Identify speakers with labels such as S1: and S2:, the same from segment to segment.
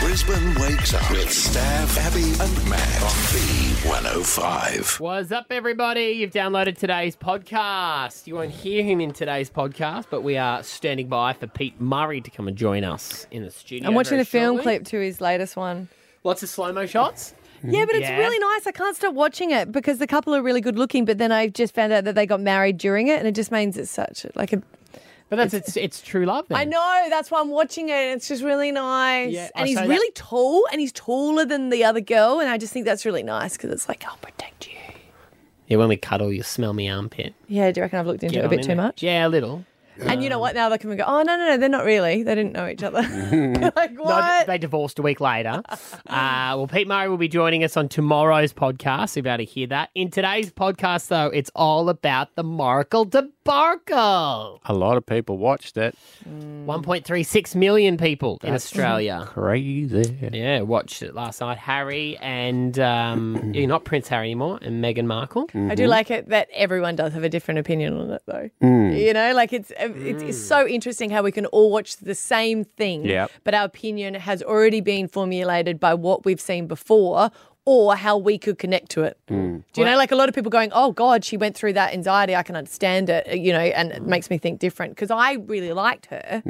S1: Brisbane wakes up with Stav, Abby, and Matt on B105.
S2: What's up, everybody? You've downloaded today's podcast. You won't hear him in today's podcast, but we are standing by for Pete Murray to come and join us in the studio.
S3: I'm watching
S2: very
S3: a film
S2: shortly.
S3: clip to his latest one.
S2: Lots of slow mo shots.
S3: Yeah, but it's
S2: Yeah.
S3: really nice. I can't stop watching it because the couple are really good looking. But then I just found out that they got married during it, and it just means it's such like a.
S2: But that's it's it's true love. Then.
S3: I know that's why I'm watching it. It's just really nice,
S2: Yeah, I
S3: and he's
S2: say that-
S3: really tall, and he's taller than the other girl, and I just think that's really nice because it's like oh, I'll protect you.
S2: Yeah, when we cuddle, you smell me armpit.
S3: Yeah, do you reckon I've looked into
S2: Get
S3: it a
S2: on
S3: bit
S2: in
S3: too
S2: there.
S3: much?
S2: Yeah, a little.
S3: And you know what? Now they can go. Oh no, no, no, they're not really. They didn't know each other. like
S2: No,
S3: what?
S2: they divorced a week later. uh, well, Pete Murray will be joining us on tomorrow's podcast. You'll be able to hear that. In today's podcast, though, it's all about the Moracle debacle.
S4: A lot of people watched it.
S3: Mm.
S2: 1.36 million people in Australia.
S4: Crazy.
S2: Yeah, watched it last night. Harry and um, you're not Prince Harry anymore, and Meghan Markle.
S4: Mm-hmm.
S3: I do like it that everyone does have a different opinion on it, though.
S4: Mm.
S3: You know, like it's it's, it's so interesting how we can all watch the same thing,
S4: Yep.
S3: but our opinion has already been formulated by what we've seen before or how we could connect to it. Do you know, like a lot of people going, "Oh God, she went through that anxiety. I can understand it." uh, You know, and
S4: Mm.
S3: it makes me think different because I really liked her,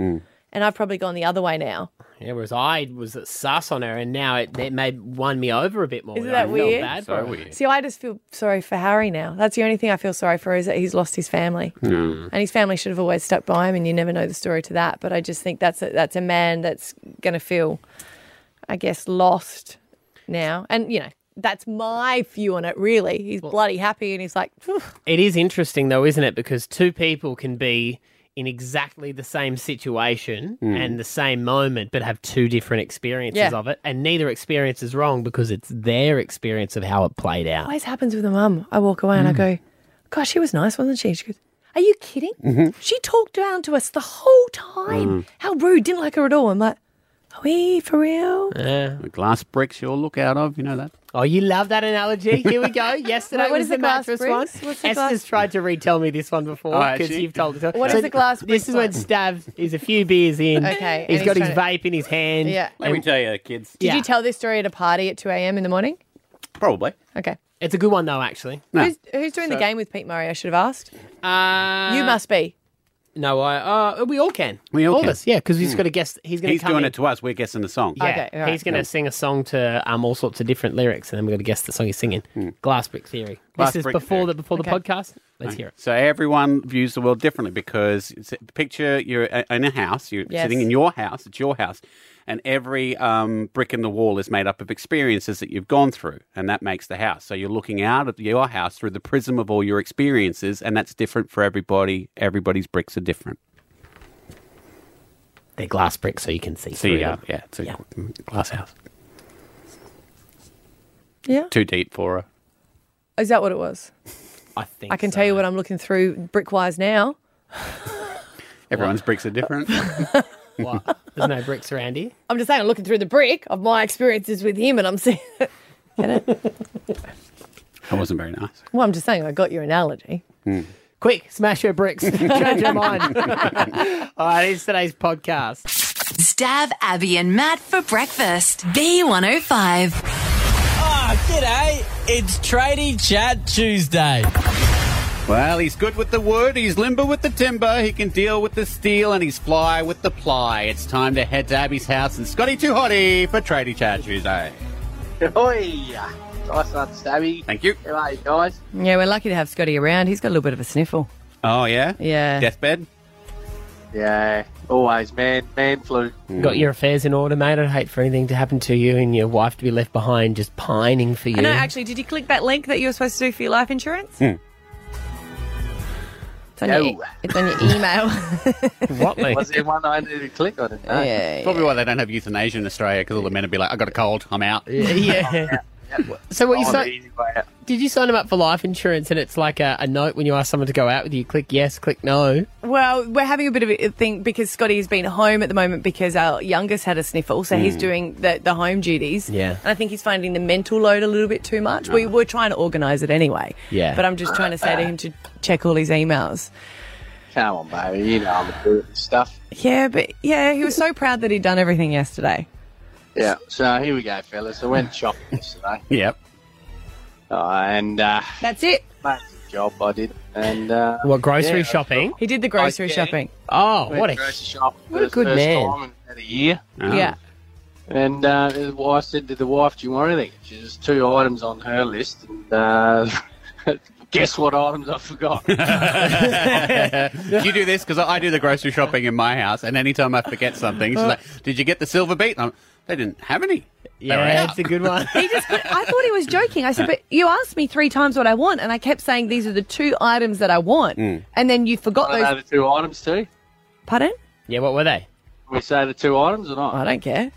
S3: and I've probably gone the other way now.
S2: Yeah, whereas I was sus on her, and now it, it made won me over a bit more.
S3: Isn't
S2: I
S3: that
S2: felt
S3: weird?
S2: bad for
S4: So
S2: her.
S4: weird.
S3: See, I just feel sorry for Harry now. That's the only thing I feel sorry for is that he's lost his family,
S4: Mm.
S3: and his family should have always stuck by him. And you never know the story to that. But I just think that's a, that's a man that's going to feel, I guess, lost now. And you know, that's my view on it. Really, he's bloody happy, and he's like, "Phew."
S2: It is interesting though, isn't it? Because two people can be in exactly the same situation
S4: Mm.
S2: and the same moment, but have two different experiences
S3: Yeah.
S2: of it, and neither experience is wrong because it's their experience of how it played out.
S3: always happens with a mum. I walk away and I go, gosh, she was nice, wasn't she? She goes. Are you kidding?
S4: Mm. Mm-hmm.
S3: She talked down to us the whole time. How rude. Didn't like her at all. I'm like, are we for real?
S2: Yeah.
S4: The glass bricks you'll look out of, you know that?
S2: Oh, you love that analogy. Here we go. Yesterday
S3: Wait, what
S2: was
S3: is
S2: the
S3: the glass
S2: mattress one.
S3: bricks? What's the
S2: Esther's
S3: glass-
S2: tried to retell me this one before
S4: Oh,
S2: because
S4: actually?
S2: you've told it.
S3: What is the glass
S2: This
S3: bricks
S2: is when
S3: one?
S2: Stav is a few beers in.
S3: Okay,
S2: he's
S3: and
S2: got
S3: he's
S2: his
S3: trying
S2: vape in his hand.
S3: Yeah.
S4: Let me tell you, kids.
S3: Did
S2: Yeah.
S3: you tell this story at a party at 2 a.m. in the morning?
S4: Probably.
S3: Okay.
S2: It's a good one though, actually.
S4: No.
S3: Who's, who's doing the game with Pete Murray? I should have asked.
S2: Uh,
S3: you must be.
S2: No, I. Uh, we all can.
S4: We all
S2: all
S4: can.
S2: of us. Yeah, because he's got to guess. He's going to
S4: Hmm. He's
S2: come
S4: doing
S2: in.
S4: it to us. We're guessing the song.
S2: Yeah,
S3: Okay, all right.
S2: he's going to sing a song to um, all sorts of different lyrics, and then we've got to guess the song he's singing. Glass Brick Theory.
S4: Hmm. Glass
S2: this is
S4: Brick
S2: before
S4: Theory.
S2: the before the
S3: Okay.
S2: podcast. Let's hear it.
S4: So everyone views the world differently because it's- picture you're a- in a house, you're
S3: Yes.
S4: sitting in your house, it's your house, and every um, brick in the wall is made up of experiences that you've gone through, and that makes the house. So you're looking out at your house through the prism of all your experiences, and that's different for everybody. Everybody's bricks are different.
S2: They're glass bricks, so you can see.
S4: So
S2: through
S4: you
S2: them.
S4: go, yeah, it's a mm,
S2: Yeah.
S4: glass house.
S3: Yeah.
S4: Too deep for her.
S3: Is that what it was?
S2: I think
S3: I can tell you
S2: so.
S3: what I'm looking through brickwise now.
S4: Everyone's bricks are different.
S2: What? There's no bricks around here.
S3: I'm just saying, I'm looking through the brick of my experiences with him and I'm seeing. Get it?
S4: That wasn't very nice.
S3: Well, I'm just saying, I got your analogy.
S2: Quick, smash your bricks. Change your mind. All right, it's today's podcast.
S5: Stav, Abby, and Matt for breakfast. B105.
S6: Ah, g'day. It's Tradie Chat Tuesday.
S4: Well, he's good with the wood, he's limber with the timber, he can deal with the steel, and he's fly with the ply. It's time to head to Abby's house and Scotty Too Hottie for Tradie Chat Tuesday.
S7: Ahoy! Nice one, Stabby.
S4: Thank you.
S7: How are you guys?
S3: Yeah, we're lucky to have Scotty around. He's got a little bit of a sniffle.
S4: Oh, yeah?
S3: Yeah.
S4: Deathbed?
S7: Yeah, always, man. Man flu.
S4: Hmm.
S2: Got your affairs in order, mate. I'd hate for anything to happen to you and your wife to be left behind just pining for you.
S8: No, actually, did you click that link that you were supposed to do for your life insurance?
S4: Hmm.
S3: It's on, your, e-
S7: No.
S3: it's on your email.
S2: what, mate?
S7: Was there one I needed to click on it? No.
S3: yeah.
S4: Probably why they don't have euthanasia in Australia, because all the men would be like, I got a cold, I'm out.
S2: yeah. So what you
S7: Oh, the
S2: sign?
S7: easy way out.
S2: Did you sign him up for life insurance? And it's like a, a note when you ask someone to go out with you. Click yes, click no.
S8: Well, we're having a bit of a thing because Scotty has been home at the moment because our youngest had a sniffle, so
S7: Mm.
S8: he's doing the, the home duties.
S2: Yeah.
S8: And I think he's finding the mental load a little bit too much. We were trying to organise it anyway.
S2: Yeah.
S8: But I'm just trying to say to him to check all his emails.
S7: Come on, baby. You know I'm good at this stuff.
S8: Yeah, but yeah, he was so proud that he'd done everything yesterday.
S7: Yeah, so here we go, fellas. I went shopping yesterday,
S4: Yep.
S7: uh, and uh,
S3: That's it.
S7: amazing job I did. And uh,
S2: What grocery
S7: yeah,
S2: shopping?
S3: He did the grocery
S7: Okay.
S3: shopping.
S2: Oh,
S7: I went
S2: what a
S7: grocery shop for
S2: what a
S7: the
S2: good
S7: first
S2: man.
S7: time in about a year.
S4: Oh.
S3: Yeah.
S7: And uh, his wife- I said to the wife, "Do you want anything?" She There's two items on her list, and uh, guess what items I forgot.
S4: you do this because I do the grocery shopping in my house, and anytime I forget something, she's like, "Did you get the silver beet?" And I'm, they didn't have any. They were
S2: yeah,
S4: out."
S2: it's a good one.
S3: He just, I thought he was joking. I said, but you asked me three times what I want, and I kept saying these are the two items that I want,
S2: Hmm.
S3: and then you forgot
S7: Mm. I know
S3: those.
S7: the two items too.
S3: Pardon?
S2: yeah, what were they?
S7: We say the two items or not?
S3: I don't care.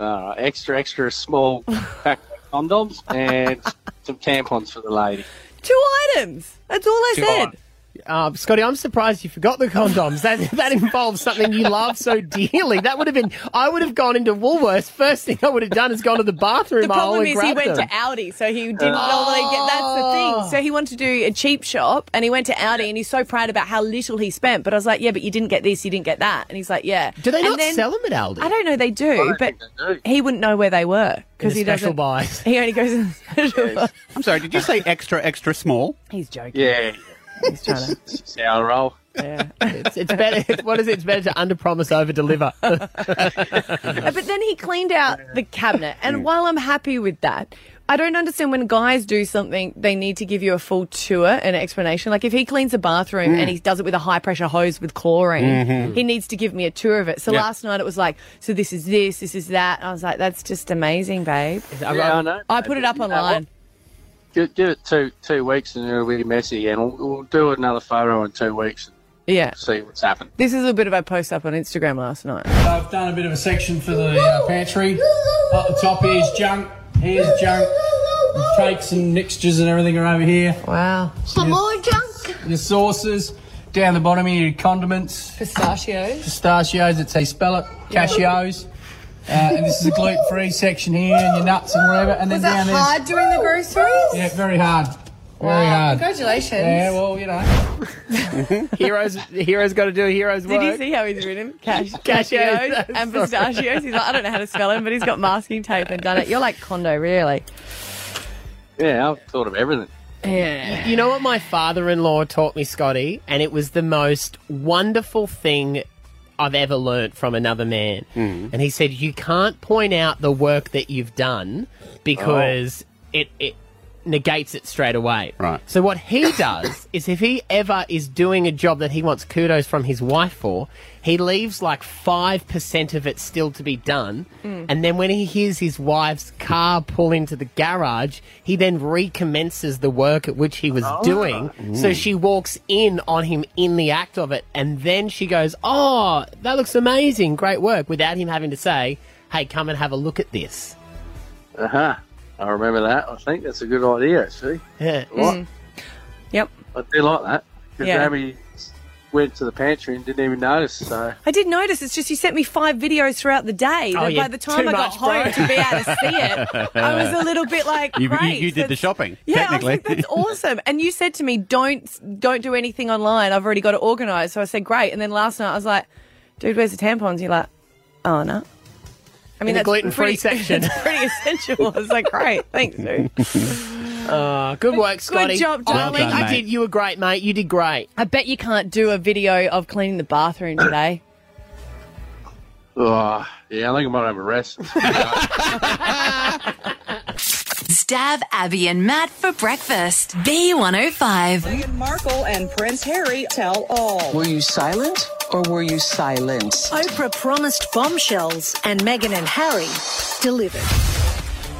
S7: All right, extra, extra small pack of condoms and some tampons for the lady.
S3: Two items. That's all I said.
S2: Uh, Scotty, I'm surprised you forgot the condoms. That that involves something you love so dearly. That would have been. I would have gone into Woolworths. First thing I would have done is gone to the bathroom.
S3: The
S2: aisle
S3: problem
S2: and
S3: is he
S2: Oh, grabbed
S3: went
S2: them. Oh.
S3: to Audi, so he didn't normally get. That's the thing. So he wanted to do a cheap shop, and he went to Audi, and he's so proud about how little he spent. But I was like, yeah, but you didn't get this, you didn't get that, and he's like, yeah.
S2: Do they
S3: And
S2: not
S3: then-
S2: sell them at Aldi?
S3: I don't know. They do,
S7: don't
S3: but
S7: think they do.
S3: he wouldn't know where they were
S2: In
S3: because
S2: the
S3: he
S2: special
S3: doesn't.
S2: buys.
S3: He only goes in the special. buy.
S4: I'm sorry. Did you say extra, extra small?
S3: He's joking.
S7: Yeah,
S3: He's trying to.
S7: sour roll.
S3: Yeah.
S2: It's, it's better. What is it? It's better to underpromise, overdeliver.
S3: Uh, But then he cleaned out the cabinet. And while I'm happy with that, I don't understand when guys do something, they need to give you a full tour and explanation. Like if he cleans the bathroom and he does it with a high pressure hose with chlorine, he needs to give me a tour of it. So
S4: Yeah.
S3: last night it was like, so this is this, this is that. And I was like, that's just amazing, babe.
S7: Yeah, I know.
S3: I put it up
S7: You know
S3: online.
S7: what? Give, give it two two weeks and it'll be messy, and we'll, we'll do another photo in two weeks and
S3: Yeah.
S7: see what's happened.
S3: This is a bit of a post up on Instagram last night.
S9: I've done a bit of a section for the uh, pantry. Up the top here's junk, here's junk. Cakes and mixtures and everything are over here.
S3: Wow.
S10: Some more junk.
S9: Your sauces. Down the bottom here, your condiments,
S3: Pistachios.
S9: pistachios, it's how you spell it, cashews. Uh, and this is a gluten free section here, and your nuts and whatever. And then
S10: Was
S9: down
S10: that
S9: there.
S10: hard doing the groceries?
S9: Yeah, very hard. Very hard.
S10: Congratulations.
S9: Yeah, well, you know.
S2: heroes, heroes got to do a hero's
S3: Did
S2: work.
S3: you see how he's written? Cash,
S2: Cashews.
S3: cashews and pistachios. He's like, I don't know how to spell him, but he's got masking tape and done it. You're like Kondo, really.
S7: Yeah, I've thought of everything.
S3: Yeah.
S2: You know what my father-in-law taught me, Scotty, and it was the most wonderful thing I've ever learnt from another man. And he said, "You can't point out the work that you've done because it it negates it straight away."
S4: Right.
S2: So what he does is, if he ever is doing a job that he wants kudos from his wife for, he leaves like five percent of it still to be done, and then when he hears his wife's car pull into the garage, he then recommences the work at which he was doing. So she walks in on him in the act of it, and then she goes, "Oh, that looks amazing! Great work!" Without him having to say, "Hey, come and have a look at this."
S7: Uh huh. I remember that. I think that's a good idea, actually.
S2: Yeah.
S7: Right.
S3: Yep.
S7: I do like that. Because
S3: Yeah.
S7: Grammy went to the pantry and didn't even notice. So
S3: I did notice. It's just you sent me five videos throughout the day.
S2: Oh,
S3: that
S2: yeah,
S3: by the time
S2: too
S3: I got
S2: much,
S3: home
S2: bro.
S3: to be able to see it, I was a little bit like,
S4: You, you,
S3: great.
S4: you did the
S3: that's-
S4: shopping.
S3: Yeah, I was
S4: technically.
S3: like, that's awesome. And you said to me, don't don't do anything online. I've already got it organised. So I said, great. And then last night I was like, dude, where's the tampons? You're like, oh no. I mean,
S2: the
S3: that's
S2: gluten-free
S3: pretty-
S2: section.
S3: it's pretty essential. I was like, great, thanks, dude.
S2: Uh, good work, Scotty.
S3: job,
S2: darling.
S4: Well done,
S2: I
S4: mate.
S2: did. You were great, mate. You did great.
S3: I bet you can't do a video of cleaning the bathroom today.
S7: oh, yeah, I think I might have a rest.
S5: Stab Abby and Matt for breakfast. B105.
S10: Meghan Markle and Prince Harry tell all. Were you silent or were you silenced? Oprah promised bombshells and Meghan and Harry delivered.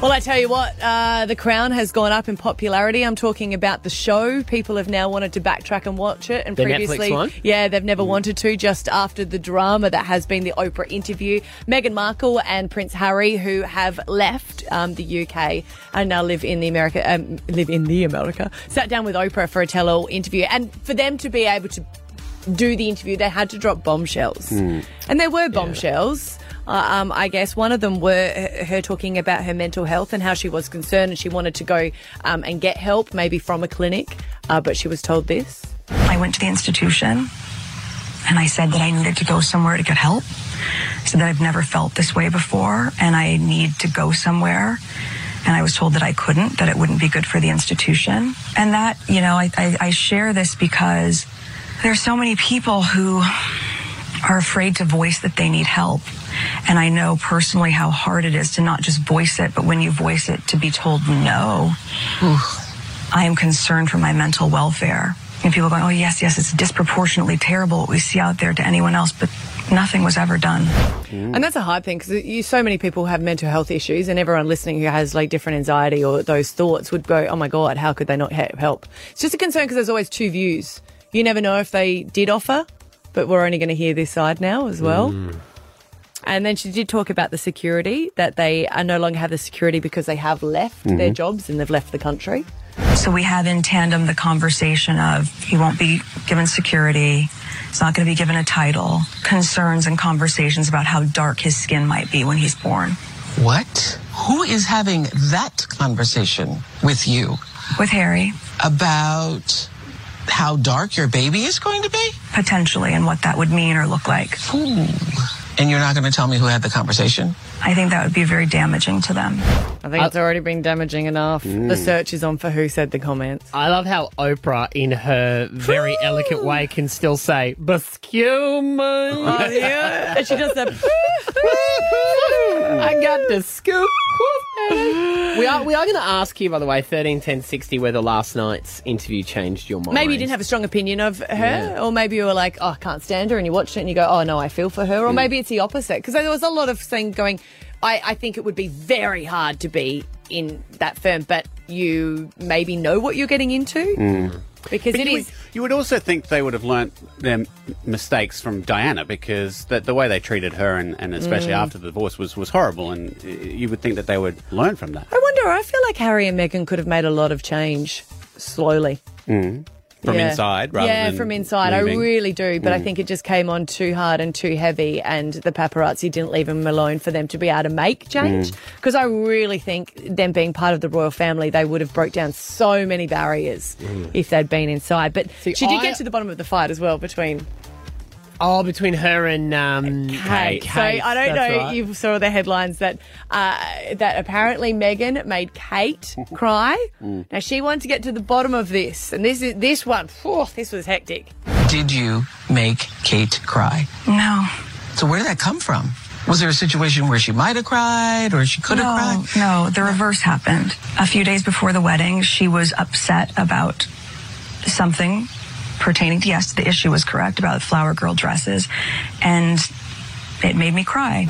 S3: Well, I tell you what, uh, The Crown has gone up in popularity. I'm talking about the show. People have now wanted to backtrack and watch it. And
S2: The Netflix
S3: previously,
S2: one? Mm.
S3: yeah, they've never wanted to. Just after the drama that has been the Oprah interview, Meghan Markle and Prince Harry, who have left um, the UK and now live in the America, um, live in the America, sat down with Oprah for a tell-all interview, and for them to be able to do the interview, they had to drop bombshells. And there were bombshells. Uh, um, I guess one of them were her- her talking about her mental health and how she was concerned and she wanted to go um, and get help, maybe from a clinic, uh, but she was told this.
S10: I went to the institution and I said that I needed to go somewhere to get help. So
S11: that I've never felt this way before, and I need to go somewhere. And I was told that I couldn't, that it wouldn't be good for the institution. And that, you know, I, I, I share this because there are so many people who are afraid to voice that they need help. And I know personally how hard it is to not just voice it, but when you voice it, to be told no. I am concerned for my mental welfare. And people going, oh, yes, yes, it's disproportionately terrible what we see out there to anyone else, but nothing was ever done.
S3: And that's a hard thing because you so many people have mental health issues, and everyone listening who has like different anxiety or those thoughts would go, "Oh my god, how could they not he- help?" It's just a concern because there's always two views. You never know if they did offer, but we're only going to hear this side now as well.
S12: Mm.
S3: And then she did talk about the security that they uh, no longer have the security because they have left their
S11: Mhm.
S3: jobs and they've left the country.
S11: So we have in tandem the conversation of you won't be given security, it's not going to be given a title, concerns and conversations about how dark his skin might be when he's born.
S13: What? Who is having that conversation with you?
S11: With Harry.
S13: About how dark your baby is going to be?
S11: Potentially, and what that would mean or look like.
S13: And you're not going to tell me who had the conversation?
S11: I think that would be very damaging to them.
S3: I think it's already been damaging enough. The search is on for who said the comments.
S2: I love how Oprah, in her very elegant way, can still say "bascuman."
S3: Oh, yeah. And she does the.
S2: I got the scoop. we are we are going to ask you, by the way, thirteen ten sixty, whether last night's interview changed your mind.
S3: Maybe you didn't have a strong opinion of her,
S2: Yeah.
S3: or maybe you were like, oh, I can't stand her, and you watched it and you go, oh, no, I feel for her. Or maybe it's the opposite, because there was a lot of thing going, I, I think it would be very hard to be in that firm, but you maybe know what you're getting into. Because
S4: Mm. But
S3: it
S4: you
S3: is-
S4: Would, you would also think they would have learnt their m- mistakes from Diana because the, the way they treated her, and, and especially
S3: Mm.
S4: after the divorce, was, was horrible. And uh, you would think that they would learn from that.
S3: I wonder, I feel like Harry and Meghan could have made a lot of change slowly.
S4: Mm. From
S3: Yeah.
S4: inside rather
S3: yeah,
S4: than.
S3: from inside. I
S4: moving.
S3: really do, but I
S4: Mm.
S3: think it just came on too hard and too heavy, and the paparazzi didn't leave them alone for them to be able to make change.
S14: Mm.
S3: Because I really think them being part of the royal family, they would have broke down so many barriers
S2: Mm.
S3: if they'd been inside. But she did
S2: I-
S3: get to the bottom of the fight as well between
S2: Oh, between her and um, Kate.
S3: Kate. So I
S2: That's
S3: don't know.
S2: right.
S3: You saw the headlines that uh, that apparently Megan made Kate cry.
S13: Mm.
S3: Now she wanted to get to the bottom of this, and this is this one. phew, this was hectic.
S13: Did you make Kate cry?
S11: No.
S13: So where did that come from? Was there a situation where she might have cried or she could have cried?
S11: no, No, the reverse happened. A few days before the wedding, she was upset about something pertaining to, yes, the issue was correct about flower girl dresses, and it made me cry.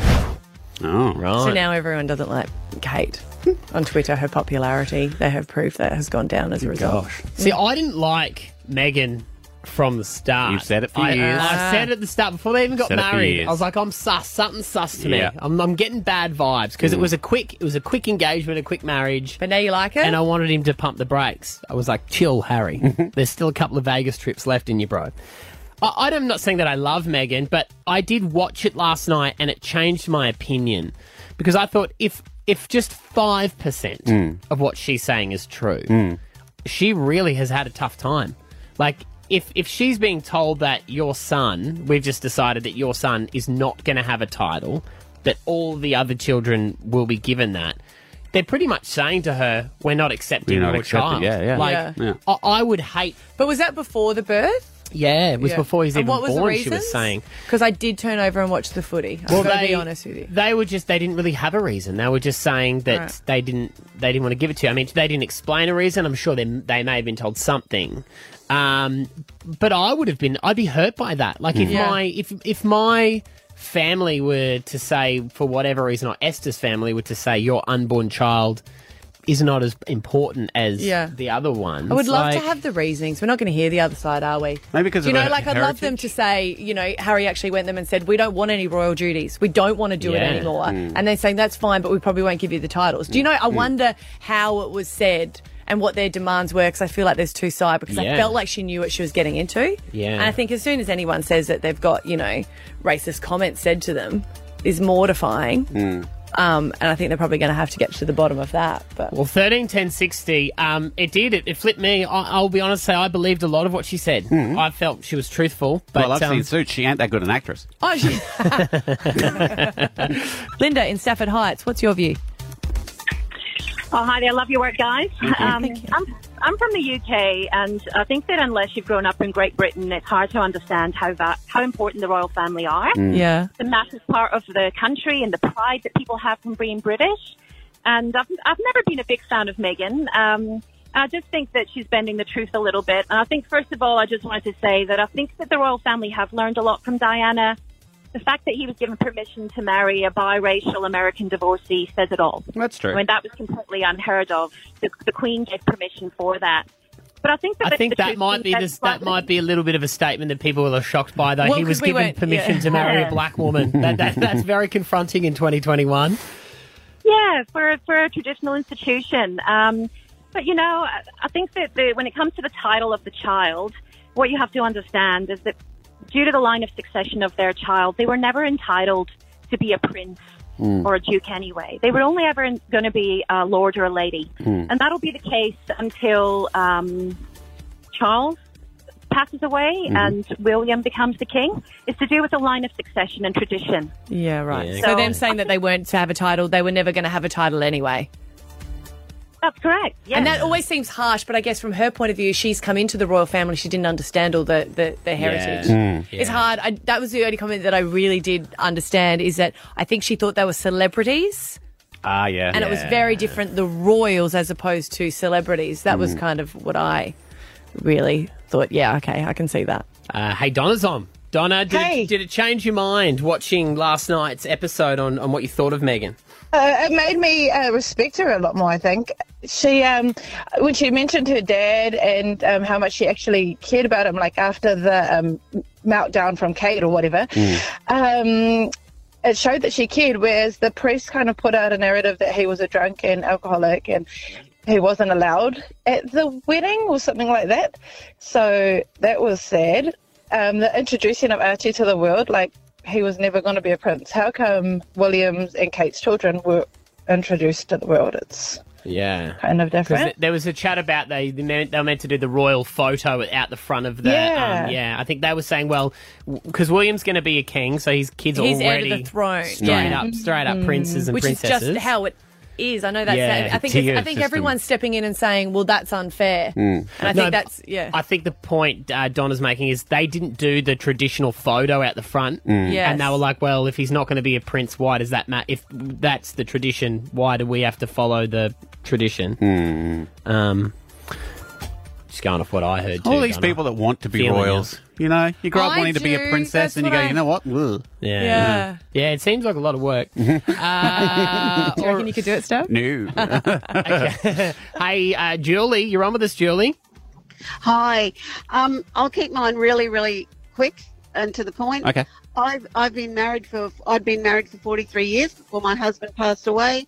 S4: Oh, right.
S3: So now everyone doesn't like Kate on Twitter. Her popularity, they have proof that has gone down as a result.
S2: See, I didn't like Megan from the start.
S4: You've said it for
S2: I, uh,
S4: years.
S2: I said it at the start before they even got
S4: Said it for
S2: married.
S4: years.
S2: I was like, I'm sus. Something's sus to
S4: Yeah.
S2: me. I'm, I'm getting bad vibes because it
S4: Mm.
S2: was a quick, it was a quick engagement, a quick marriage.
S3: But now you like it,
S2: and I wanted him to pump the brakes. I was like, chill, Harry. There's still a couple of Vegas trips left in you, bro. I, I'm not saying that I love Megan, but I did watch it last night and it changed my opinion because I thought if if just five percent
S7: Hmm.
S4: Mm.
S2: of what she's saying is true, she really has had a tough time. Like if if she's being told that your son, we've just decided that your son is not going to have a title, that all the other children will be given that. They're pretty much saying to her, "We're not accepting
S4: We're not
S2: your
S4: accepting-
S2: child."
S4: yeah, yeah.
S2: Like
S4: Yeah. Yeah.
S2: I, I would hate.
S3: But was that before the birth?
S2: Yeah, it was
S3: Yeah.
S2: before he's
S3: And
S2: even
S3: what was the
S2: born. she was
S3: reasons?
S2: saying.
S3: Because I did turn over and watch the footy. I'm
S2: Well,
S3: going to
S2: they-
S3: be honest with you.
S2: They were just they didn't really have a reason. They were just saying that
S3: Right.
S2: they didn't they didn't want to give it to you. I mean, they didn't explain a reason. I'm sure they they may have been told something. Um, but I would have been I'd be hurt by that. Like if
S15: Mm. Yeah.
S2: my if if my family were to say for whatever reason or Esther's family were to say your unborn child is not as important as
S3: Yeah.
S2: the other one.
S3: I would love to have the reasonings. We're not going to hear the other side, are we?
S2: Maybe because
S3: Do you
S2: of
S3: know,
S2: her
S3: like I'd love them to say, you know, Harry actually went them and said, "We don't want any royal duties. We don't want to do it
S2: Yeah.
S3: anymore."
S2: Mm.
S3: And they're saying that's fine, but we probably won't give you the titles. Do you know? I
S2: Mm.
S3: wonder how it was said and what their demands were, because I feel like there's two sides. Because I
S2: Yeah.
S3: felt like she knew what she was getting into.
S2: Yeah.
S3: And I think as soon as anyone says that they've got, you know, racist comments said to them, is mortifying. Um, and I think they're probably going to have to get to the bottom of that. But
S2: Well, 13, 10, 60, um, it did. It, it flipped me. I, I'll be honest, say I believed a lot of what she said. I felt she was truthful. But,
S4: Hmm. well, I've
S2: um,
S4: seen suits. She ain't that good an actress.
S3: Oh, she- Linda in Stafford Heights, what's your view?
S14: Oh, hi there. Love your work, guys. Um, I'm, I'm from the UK, and I think that unless you've grown up in Great Britain, it's hard to understand how that, how important the royal family are.
S3: Mm. Yeah.
S14: The massive part of the country and the pride that people have from being British. And I've, I've never been a big fan of Meghan. Um, I just think that she's bending the truth a little bit. And I think, first of all, I just wanted to say that I think that the royal family have learned a lot from Diana. The fact that he was given permission to marry a biracial American divorcee says it all.
S4: That's true.
S14: I mean, that was completely unheard of. The, the Queen gave permission for that. But I think that
S2: I
S14: the-
S2: think
S14: the
S2: that
S14: truth
S2: might
S14: is
S2: be
S14: that
S2: this, that might be a little bit of a statement that people are shocked by, though.
S14: Well,
S2: he
S14: 'cause
S2: was
S14: we
S2: given
S14: weren't-
S2: permission
S14: yeah.
S2: to marry
S14: Yeah.
S2: a black woman. that, that, that's very confronting in 2021.
S14: Yeah, for for a traditional institution. Um, but you know, I, I think that the, when it comes to the title of the child, what you have to understand is that due to the line of succession of their child, they were never entitled to be a prince
S12: Mm.
S14: or a duke anyway. They were only ever going to be a lord or a lady,
S12: Mm.
S15: Hmm.
S14: and that'll be the case until um, Charles passes away
S3: Mhm.
S14: and William becomes the king. It's to do with the line of succession and tradition.
S3: Yeah, right.
S14: Yeah.
S3: so,
S14: So-
S3: them saying that they weren't to have a title, they were never going to have a title anyway.
S14: That's correct. Yeah.
S3: And that always seems harsh, but I guess from her point of view, she's come into the royal family. She didn't understand all the, the, the heritage.
S14: Hmm.
S8: Mm.
S3: It's
S8: Yeah.
S3: hard. I, that was the only comment that I really did understand is that I think she thought they were celebrities.
S4: Ah, yeah.
S3: And it was very different, the royals as opposed to celebrities. That was
S14: Hmm.
S2: Mm.
S3: kind of what I really thought, yeah, okay, I can see that.
S2: Uh, hey, Donna's on. Donna, did, it, did it change your mind watching last night's episode on, on what you thought of Megan?
S1: Uh, it made me uh, respect her a lot more. I think she, um, when she mentioned her dad and um, how much she actually cared about him, like after the um, meltdown from Kate or whatever, um, it showed that she cared. Whereas the press kind of put out a narrative that he was a drunk and alcoholic and he wasn't allowed at the wedding or something like that. So that was sad. Um, the introducing of Archie to the world, like he was never going to be a prince. How come Williams and Kate's children were introduced to the world? It's
S2: Yeah.
S1: kind of
S2: 'Cause
S1: different.
S2: th- there was a chat about they they meant, they were meant to do the royal photo out the front of the
S1: Yeah.
S2: um, yeah I think they were saying well because William's going to be a king so his kids
S3: He's heir
S2: already
S3: to the throne.
S2: straight
S3: yeah.
S2: up straight up princes and
S3: Which
S2: princesses
S3: is just how it is. I know that's
S2: Yeah,
S3: I think it's, I
S2: tier
S3: think
S2: system.
S3: everyone's stepping in and saying, well, that's unfair. And I
S2: No,
S3: think that's yeah.
S2: I think the point uh, Donna's making is they didn't do the traditional photo out the front,
S3: Mm. Yes.
S2: and they were like, "Well, if he's not going to be a prince, why does that matter? If that's the tradition, why do we have to follow the tradition?" Um, just going off what I heard.
S4: Hmm. All
S2: too,
S4: these
S2: Donna.
S4: people that want to be
S2: Feeling
S4: royals. You know, you grow up
S2: I
S4: wanting to be
S2: do,
S4: a princess,
S2: that's
S4: and you
S2: what
S4: go,
S2: I-
S4: you know what? Ugh.
S2: Yeah. Mm-hmm.
S4: Yeah.
S2: yeah, It seems like a lot of work. uh,
S3: Do you reckon you could do it, Steph?
S4: No.
S2: hey, uh, Julie, you're on with us, Julie.
S16: Hi. Um, I'll keep mine really, really quick and to the point.
S2: Okay.
S16: I've I've been married for I'd been married for 43 years before my husband passed away.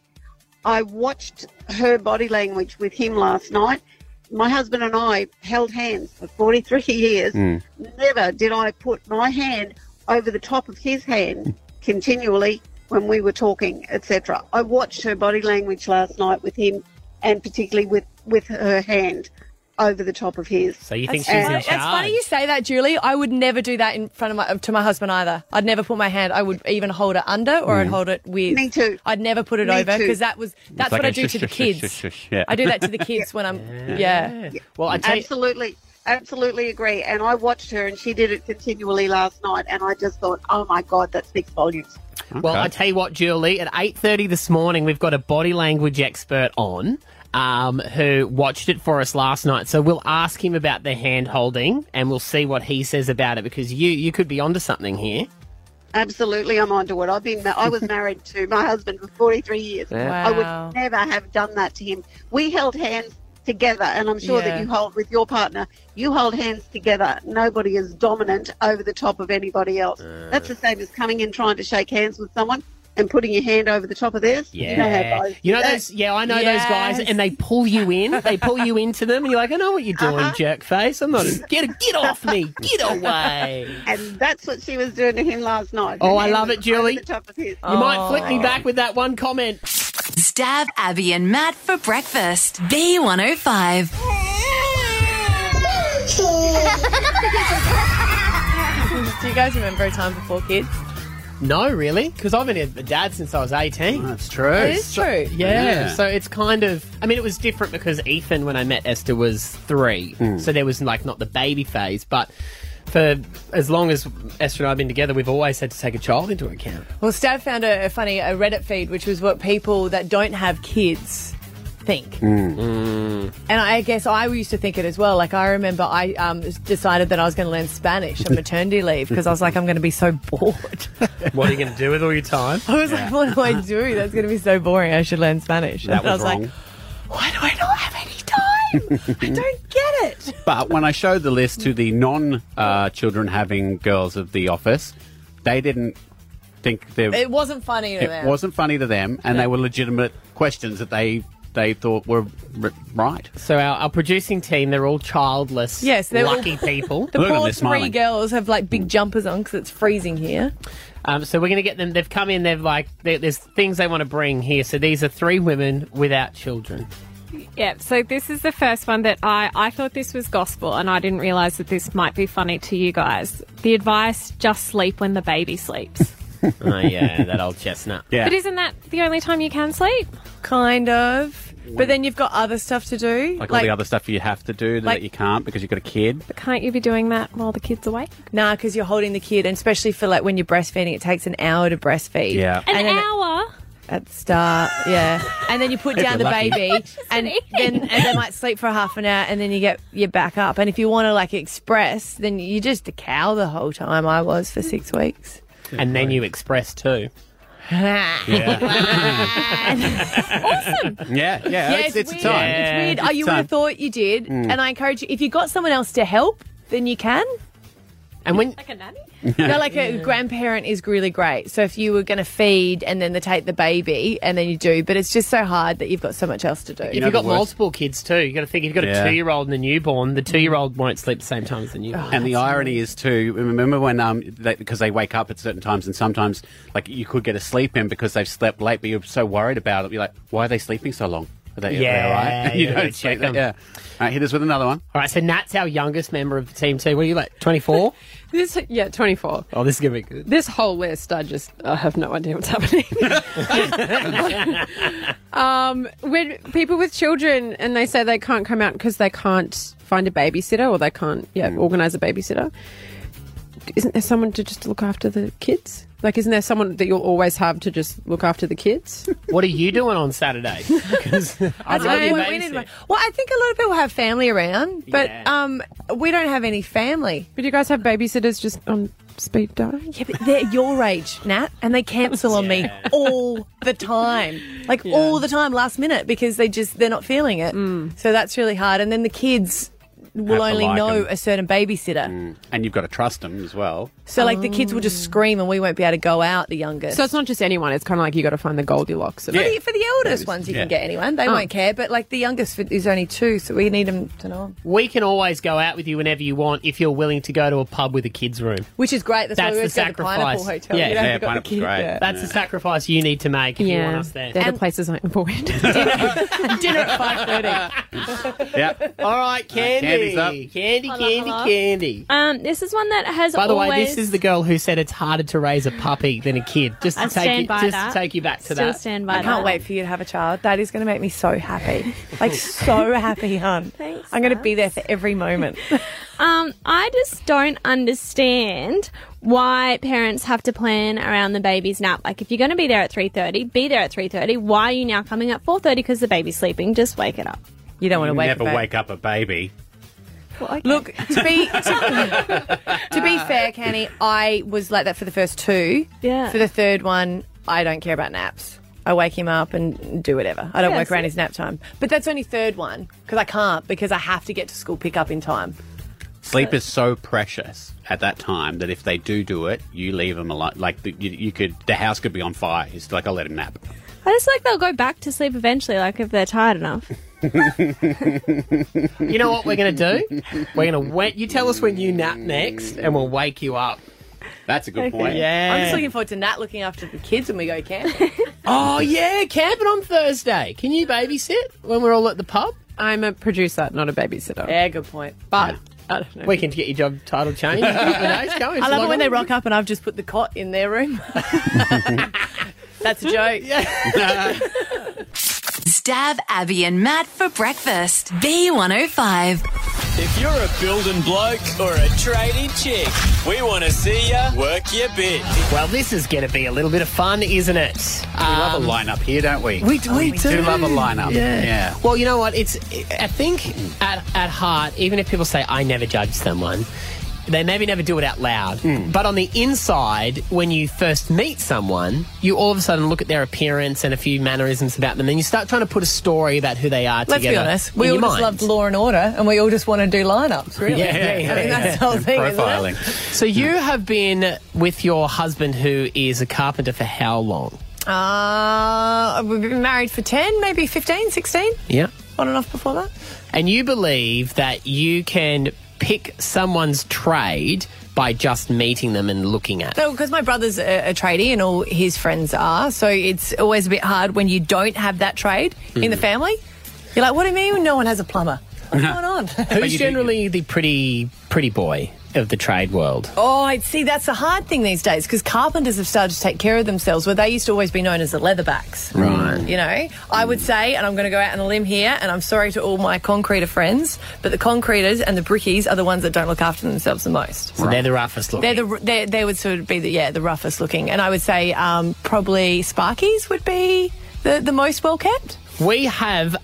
S16: I watched her body language with him last night. My husband and I held hands for 43 years.
S17: Mm.
S16: Never did I put my hand over the top of his hand continually when we were talking, etc. I watched her body language last night with him, and particularly with with her hand over the top of his.
S2: So you
S3: That's funny- That's funny you say that, Julie. I would never do that in front of my to my husband either. I'd never put my hand. I would even hold it under, or I'd
S4: Mm.
S3: hold it with. Me
S16: too.
S3: I'd never put it
S4: Me
S3: over
S4: too.
S3: because that was that's
S4: It's like
S3: what
S4: a
S3: I do
S4: shush,
S3: to the
S4: shush,
S3: kids.
S4: shush, shush, yeah.
S3: I do that to the kids when I'm yeah.
S2: Well, I tell you-
S16: absolutely, absolutely agree. And I watched her, and she did it continually last night, and I just thought, oh my god, that speaks volumes.
S2: Well, I tell you what, Julie, at 8.30 this morning, we've got a body language expert on um, who watched it for us last night. So we'll ask him about the hand holding and we'll see what he says about it because you, you could be onto something here.
S16: Absolutely, I'm onto it. I've been, ma- I was married to my husband for 43 years.
S2: Yeah.
S16: I
S2: Wow.
S16: would never have done that to him. We held hands together, and I'm sure
S3: Yeah.
S16: that you hold with your partner. You hold hands together. Nobody is dominant over the top of anybody else. That's the same as coming in trying to shake hands with someone. and putting your hand over the top of theirs.
S2: Yeah.
S16: You know how guys
S2: You know
S16: do that.
S2: those? Yeah, I know those guys, and they pull you in. They pull you into them, and you're like, "I know what you're doing,
S3: Uh-huh.
S2: jerk face. I'm not. A, get get off me. Get away."
S16: And that's what she was doing to him last night.
S2: Oh,
S16: Her
S2: I
S16: hand
S2: love
S16: was
S2: it, Julie.
S16: over the top of his.
S2: You might flick me back with that one comment.
S5: Stab Abby and Matt for breakfast. B105.
S7: Do you guys remember a time before kids?
S2: No, really, because I've been a dad since I was 18. That's true.
S7: That is true.
S2: yeah.
S7: Yeah.
S2: So it's kind of. I mean, it was different because Ethan, when I met Esther, was three. So there was like not the baby phase, but. For as long as Esther and I have been together, we've always had to take a child into account.
S3: Well, Stav found a, a funny a Reddit feed, which was what people that don't have kids think.
S4: Hmm.
S3: And I guess I used to think it as well. Like I remember, I um, decided that I was going to learn Spanish on maternity leave because I was like, I'm going to be so bored.
S2: What are you going to do with all your time?
S3: I was like, what do I do? That's going to be so boring. I should learn Spanish.
S4: That
S3: And I
S4: was wrong.
S3: why do I not have any time? I don't get it.
S4: But when I showed the list to the non uh, children having girls of the office, they didn't think they
S3: It wasn't funny to
S4: it
S3: them.
S4: wasn't funny to them, and they were legitimate questions that they they thought were r- right.
S2: So our, our producing team, they're all childless,
S3: Yes, they're all-
S2: lucky people.
S3: The poor three girls have like big jumpers on because it's freezing here.
S2: Um, so we're going to get them. They've come in. They've like there there's things they want to bring here. So these are three women without children.
S15: Yep. So this is the first one that I I thought this was gospel, and I didn't realize that this might be funny to you guys. The advice: just sleep when the baby sleeps.
S2: oh yeah, that old chestnut.
S15: But isn't that the only time you can sleep?
S3: Kind of. But then you've got other stuff to do.
S4: Like, all the other stuff you have to do that
S3: like-
S4: you can't because you've got a kid.
S3: Can't you be doing that while the kid's awake? Nah, because you're holding the kid, and especially for like when you're breastfeeding, it takes an hour to breastfeed.
S4: Yeah.
S15: An
S3: then
S15: hour.
S3: At the start, yeah, and then you put
S15: If
S3: down the
S15: you're lucky.
S3: baby, and then and they might sleep for half an hour, and then you get you back up. And if you want to like express, then you just a cow the whole time. I was for six weeks.
S2: And then you express too.
S4: awesome. Yeah, yeah. it's, it's,
S3: weird.
S4: a time.
S3: It's weird.
S4: It's
S3: oh,
S4: a
S3: you would
S4: time.
S3: have thought you did,
S4: Mm.
S3: and I encourage you. If you got someone else to help, then you can.
S2: And when
S15: like a nanny,
S3: no, like a grandparent is really great. So if you were going to feed and then they take the baby and then you do, but it's just so hard that you've got so much else to do.
S2: if you've got multiple kids too, you got to think. If you've got
S4: Yeah.
S2: a two-year-old and a newborn, the two-year-old won't sleep the same time as the newborn.
S4: and the irony is too. Remember when um they, because they wake up at certain times and sometimes like you could get a sleep in because they've slept late, but you're so worried about it. You're like, why are they sleeping so long? Are they,
S2: Yeah,
S4: are they all right? you
S2: yeah,
S4: don't
S2: check
S4: sleep
S2: them.
S4: that. Yeah. All right, hit us with another one.
S2: All right, so Nat's our youngest member of the team too. What are you like, 24?
S8: This yeah, 24.
S2: oh, this is gonna be good.
S8: This whole list, I just I have no idea what's happening. um, when people with children and they say they can't come out because they can't find a babysitter or they can't yeah organize a babysitter, isn't there someone to just look after the kids? Like, isn't there someone that you'll always have to just look after the kids?
S2: What are you doing on Saturday? Because I
S3: That's
S2: might be
S3: what we- we need
S2: babysit.
S3: to- Well, I think a lot of people have family around, but um, we don't have any family.
S8: But you guys have babysitters just on speed dial.
S3: Yeah, but they're your age, Nat, and they cancel on me all the time, like all the time, last minute, because they just they're not feeling it. So that's really hard. And then the kids will
S4: Have to
S3: only
S4: like
S3: know
S4: 'em.
S3: a certain babysitter.
S4: And you've got to trust them as well.
S3: So like the kids will just scream and we won't be able to go out. The youngest.
S8: Oh. So it's not just anyone. It's kind of like you got to find the Goldilocks. Of
S3: for,
S8: it.
S3: the, for the eldest ones, you
S8: yeah.
S3: can get anyone. They
S8: Oh.
S3: won't care. But like the youngest is only two, so we need them to know. 'em.
S2: We can always go out with you whenever you want if you're willing to go to a pub with a kids' room.
S3: Which is great. That's,
S2: That's
S3: why we
S2: the
S3: always go to the
S2: sacrifice.
S3: Pineapple Hotel.
S2: Yeah,
S3: You don't
S2: yeah,
S3: have to go to the
S2: Pineapple's
S3: kids
S2: great.
S3: there.
S2: That's the sacrifice you need to make if you want us there.
S8: they're the places I avoid.
S2: Dinner at five thirty.
S4: yep.
S2: All right, Candy.
S15: Uh, Candy's up.
S2: Candy,
S15: Hello,
S2: Candy,
S15: hello.
S2: Candy.
S15: Um, this is one that has.
S2: By the
S15: always...
S2: way, this is the girl who said it's harder to raise a puppy than a kid. Just to
S15: I
S2: take
S15: stand
S2: you,
S15: by
S2: just
S15: that.
S2: to take you back to
S15: Still
S2: that.
S15: stand by
S3: I can't
S15: that.
S3: wait for you to have a child. That is going to make me so happy. Like, so happy, hon. Thanks. I'm going to be there for every moment.
S15: Um, I just don't understand why parents have to plan around the baby's nap. Like, if you're going to be there at three thirty, be there at three thirty. Why are you now coming at four thirty because the baby's sleeping? Just wake it up.
S3: You don't
S4: You
S3: want to wake
S4: never
S3: up.
S4: wake up a baby.
S3: Look, to be to, to be fair, Kenny, I was like that for the first two. Yeah. For the third one, I don't care about naps. I wake him up and do whatever. I don't
S8: Yeah,
S3: work around
S8: see?
S3: his nap time. But that's only third one because I can't because I have to get to school pick up in time.
S4: Sleep is so precious at that time that if they do do it, you leave them alone. Like the, you, you could, the house could be on fire. It's like I'll let him nap.
S15: I just like they'll go back to sleep eventually, like if they're tired enough.
S2: You know what we're going to do? We're going to wait. You tell us when you nap next, and we'll wake you up.
S4: That's a
S2: good point. Yeah.
S3: I'm just looking forward to Nat looking after the kids when we go camping.
S2: Oh yeah, camping on Thursday. Can you babysit when we're all at the pub?
S8: I'm a producer, not a babysitter.
S3: yeah, good point. But I don't know.
S2: We can get your job title changed.
S3: I love it when they
S2: "Oh,
S3: rock up and I've just put the cot in their room. That's a joke.
S5: Stab Abby and Matt for breakfast. B105.
S18: If you're a building bloke or a tradie chick, we want to see ya work your bit.
S2: Well, this is going to be a little bit of fun, isn't it? We
S4: love a lineup here, don't we?
S2: We do. We
S4: We do love a lineup.
S2: Yeah.
S4: Yeah.
S2: Well, you know what? It's I think at at heart, even if people say I never judge someone. They maybe never do it out loud, but on the inside, when you first meet someone, you all of a sudden look at their appearance and a few mannerisms about them, and you start trying to put a story about who they are
S3: Let's
S2: together.
S3: be honest.
S2: in
S3: We all
S2: your
S3: just
S2: mind.
S3: loved Law and Order, and we all just want to do lineups. Really,
S2: Yeah, yeah,
S3: I mean,
S2: yeah,
S3: that's the
S2: yeah.
S3: whole thing. isn't it?
S2: So you have been with your husband, who is a carpenter, for how long?
S3: Uh, we've been married for 10, maybe 15, 16,
S2: Yeah.
S3: on and off before that.
S2: And you believe that you can pick someone's trade by just meeting them and looking at.
S3: No, because my brother's a, a tradie and all his friends are, so it's always a bit hard when you don't have that trade in the
S2: Mm.
S3: family. You're like, what do you mean no one has a plumber? What's
S2: No.
S3: going on?
S2: Who's generally the pretty pretty boy of the trade world?
S3: Oh, I see. That's the hard thing these days because carpenters have started to take care of themselves. Where they used to always be known as the leatherbacks,
S2: Right.
S3: You know, I would say, and I'm going to go out on a limb here, and I'm sorry to all my concreter friends, but the concreters and the brickies are the ones that don't look after themselves the most.
S2: So they're the roughest looking.
S3: They're the they they would sort of be the yeah the roughest looking, and I would say um, probably Sparkies would be the the most well kept.
S2: We have uh,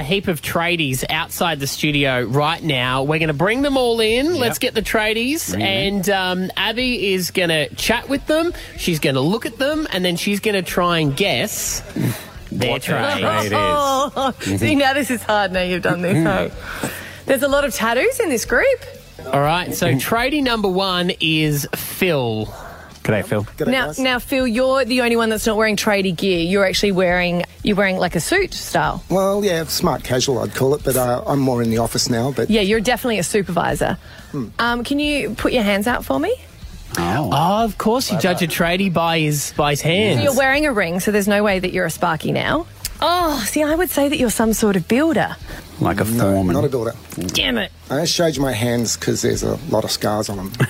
S2: a heap of tradies outside the studio right now. We're going to bring them all in. Let's get the tradies.
S18: Bring them in.
S2: and um, Abby is going to chat with them. She's going to look at them and then she's going to try and guess
S18: Mm.
S2: their
S18: What their
S2: trade.
S18: trade
S3: Oh, see
S2: Mm-hmm.
S3: now this is hard. Now you've done this. hey? There's a lot of tattoos in this group.
S2: All right, so tradie number one is Phil. G'day, Phil.
S3: now, now, Phil, you're the only one that's not wearing tradie gear. You're actually wearing you're wearing like a suit style.
S17: Well, yeah, smart casual, I'd call it, but uh, I'm more in the office now. But
S3: Yeah, you're definitely a supervisor. Um, can you put your hands out for me?
S2: Oh. of course you judge a tradie by his by his hands.
S3: So you're wearing a ring, so there's no way that you're a sparky now. Oh, see, I would say that you're some sort of builder.
S4: Like a
S17: foreman. Not a builder.
S3: Damn it!
S17: I just showed you my hands because there's a lot of scars on them.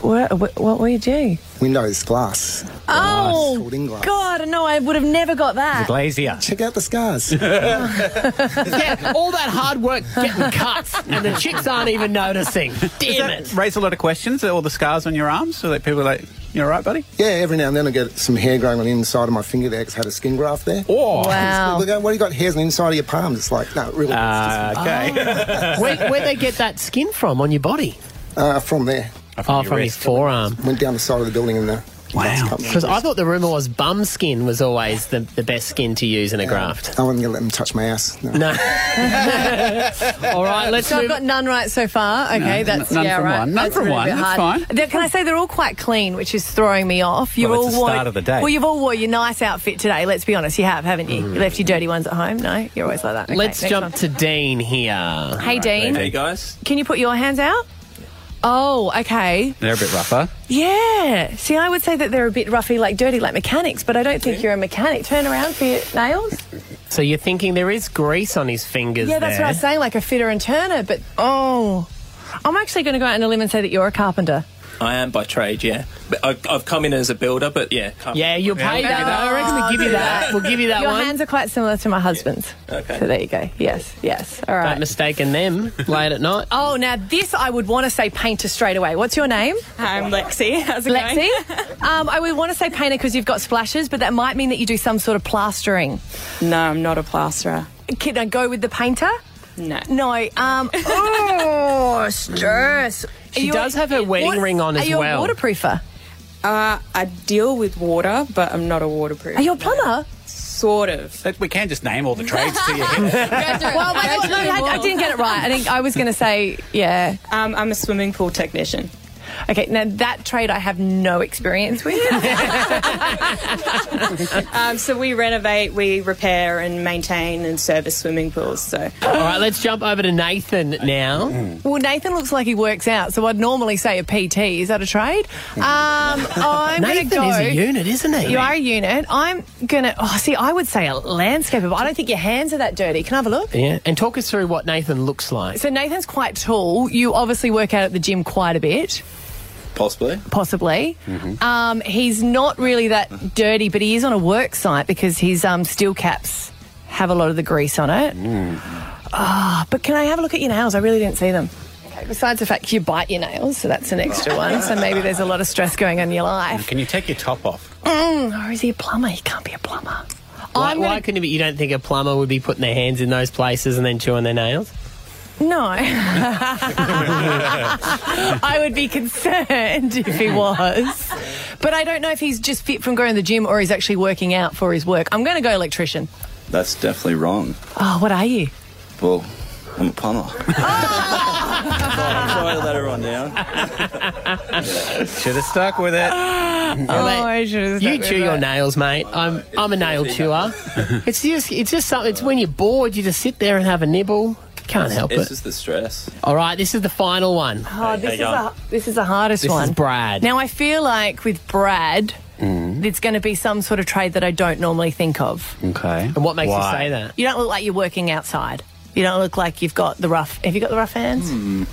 S3: What, what, what will you do?
S17: Windows, glass.
S3: Oh,
S17: Called in glass.
S3: God, no, I would have never got that.
S17: glazier. Check out the scars.
S2: yeah, all that hard work getting cuts, and the chicks aren't even noticing. Damn it!
S4: Raise a lot of questions. All the scars on your arms, so that people are like, "You all right, buddy?"
S17: yeah, every now and then I get some hair growing on the inside of my finger there 'cause I had a skin graft there.
S4: Oh.
S2: Wow.
S17: They're going, what do you got hairs on the inside of your palms? It's like, no, really.
S2: Ah,
S17: it's just,
S3: Oh.
S2: Oh. where where they get that skin from on your body?
S17: Uh, from there.
S2: Oh, from his forearm.
S17: Went down the side of the building uh, in there. Wow.
S2: Because I thought the rumor was bum skin was always the, the best skin to use in a graft.
S17: I wasn't going to let them touch my ass. No.
S2: All right, let's
S3: so
S2: move.
S3: I've got none right so far.
S2: No,
S3: Okay,
S2: n-
S3: that's
S2: none
S3: yeah,
S2: from
S3: right.
S2: one. None
S3: That's
S2: from
S3: been a
S2: one,
S3: bit
S2: that's
S3: hard.
S2: fine.
S3: They're- can I say they're all quite clean, which is throwing me off? You're
S4: Well,
S3: all
S4: it's the
S3: wore-
S4: start of the day. Mm.
S3: Well, you've all wore your nice outfit today. Let's be honest, you have, haven't you? You left your dirty ones at home. No, you're always like that. Okay,
S2: let's
S3: next
S2: jump
S3: one.
S2: to Dean here. Hey,
S3: Dean. Hey,
S2: guys.
S3: Can you put your hands out? Oh, okay.
S4: They're a bit rougher.
S3: Yeah. See, I would say that they're a bit roughy, like dirty, like mechanics, but I don't think you're a mechanic. Turn around for your nails.
S2: So you're thinking there is grease on his fingers?
S3: yeah, that's
S2: there.
S3: what I was saying, like a fitter and turner, but oh. I'm actually going to go out on a limb and say that you're a carpenter.
S18: I am by trade, yeah. But I, I've come in as a builder, but yeah. Come.
S2: Yeah, you'll pay that. I reckon we give you that. We'll give you that
S3: Your
S2: one.
S3: hands are quite similar to my husband's.
S2: Okay.
S3: So there you go. Yes, yes. All right.
S2: Don't mistake in them late at night.
S3: Oh, now this I would want to say painter straight away. What's your name?
S19: I'm Lexi. How's it
S3: Lexi?
S19: going?
S3: um, I would want to say painter because you've got splashes, but that might mean that you do some sort of plastering.
S19: No, I'm not a plasterer.
S3: Can I go with the painter?
S19: No.
S3: No. Um, oh, stress.
S2: She does have her wedding ring on
S3: are
S2: as
S3: you a
S2: well.
S3: waterproofer?
S19: Uh, I deal with water, but I'm not a waterproof.
S3: Are you a plumber?
S19: sort of.
S4: That- We can just name all the trades to you.
S3: well,
S19: I,
S3: no, I- I didn't get it right. I think I was going to say, yeah.
S19: Um, I'm a swimming pool technician.
S3: Okay, now that trade I have no experience with.
S19: um, so we renovate, we repair, and maintain and service swimming pools. So
S2: All right, let's jump over to Nathan now.
S3: Well, Nathan looks like he works out, so I'd normally say a PT. Is that a trade? Um, I'm gonna
S2: Mm. Nathan
S3: go.
S2: is a unit, isn't he?
S3: You are a unit. I'm gonna. Oh, see, I would say a landscaper, but I don't think your hands are that dirty. Can I have a look?
S2: Yeah, and talk us through what Nathan looks like.
S3: So Nathan's quite tall. You obviously work out at the gym quite a bit,
S12: Possibly.
S3: possibly.
S2: Mm-hmm.
S3: Um, he's not really that dirty, but he is on a work site because his um, steel caps have a lot of the grease on it. Ah, but can I have a look at your nails? I really didn't see them. Okay, besides the fact you bite your nails, so that's an extra one. So maybe there's a lot of stress going on in your life.
S4: Can you take your top off?
S3: Mm, or is he a plumber? He can't be a plumber.
S2: Why,
S3: I'm
S2: why
S3: gonna-
S2: couldn't it be, you don't think a plumber would be putting their hands in those places and then chewing their nails?
S3: No. Oh, I would be concerned if he was. But I don't know if he's just fit from going to the gym or he's actually working out for his work. I'm going to go electrician.
S12: That's definitely wrong.
S3: Oh, what are you?
S12: Well, I'm a plumber.
S3: Ah!
S12: Sorry to let everyone down.
S4: Should have stuck with it.
S2: Well, they-
S3: I should have
S2: you
S3: stuck
S2: chew
S3: with
S2: your
S3: it.
S2: nails, mate. I'm I'm a nail chewer. it's just it's just something. It's when you're bored, you just sit there and have a nibble. Can't help
S12: it's
S2: it.
S12: just the stress.
S2: All right, this is the final one.
S3: Oh, this, is a, this is the hardest
S2: This
S3: one.
S2: is Brad.
S3: Now, I feel like with Brad, it's going to be some sort of trade that I don't normally think of.
S4: Okay.
S2: And what makes
S4: Why?
S2: you say that?
S3: You don't look like you're working outside. You don't look like you've got the rough. Have you got the rough
S4: Hmm.
S3: hands?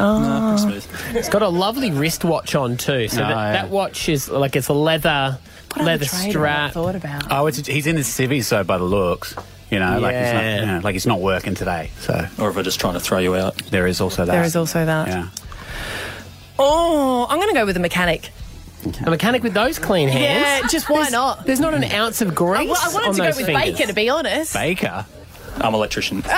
S3: Oh.
S2: It's got a lovely wristwatch on too. So
S4: No,
S2: that,
S4: yeah.
S2: that watch is like it's a leather
S3: other
S2: leather
S3: trade have I
S2: strap.
S3: thought about?
S4: Oh, it's, he's in his civvies, so by the looks, you know, like he's not,
S2: Yeah.
S4: you know, like he's not working today. So, or if they're just trying to throw you out. There is also that.
S3: There is also that.
S4: Yeah.
S3: Oh, I'm going to go with a mechanic.
S2: A mechanic with those clean hands.
S3: Yeah, just why not?
S2: There's not an ounce of grease.
S3: I, wa- I wanted
S2: on
S3: to go
S2: those
S3: with
S2: fingers.
S3: Baker, to be honest. Ah!
S4: Baker. I'm electrician.
S3: Oh, no.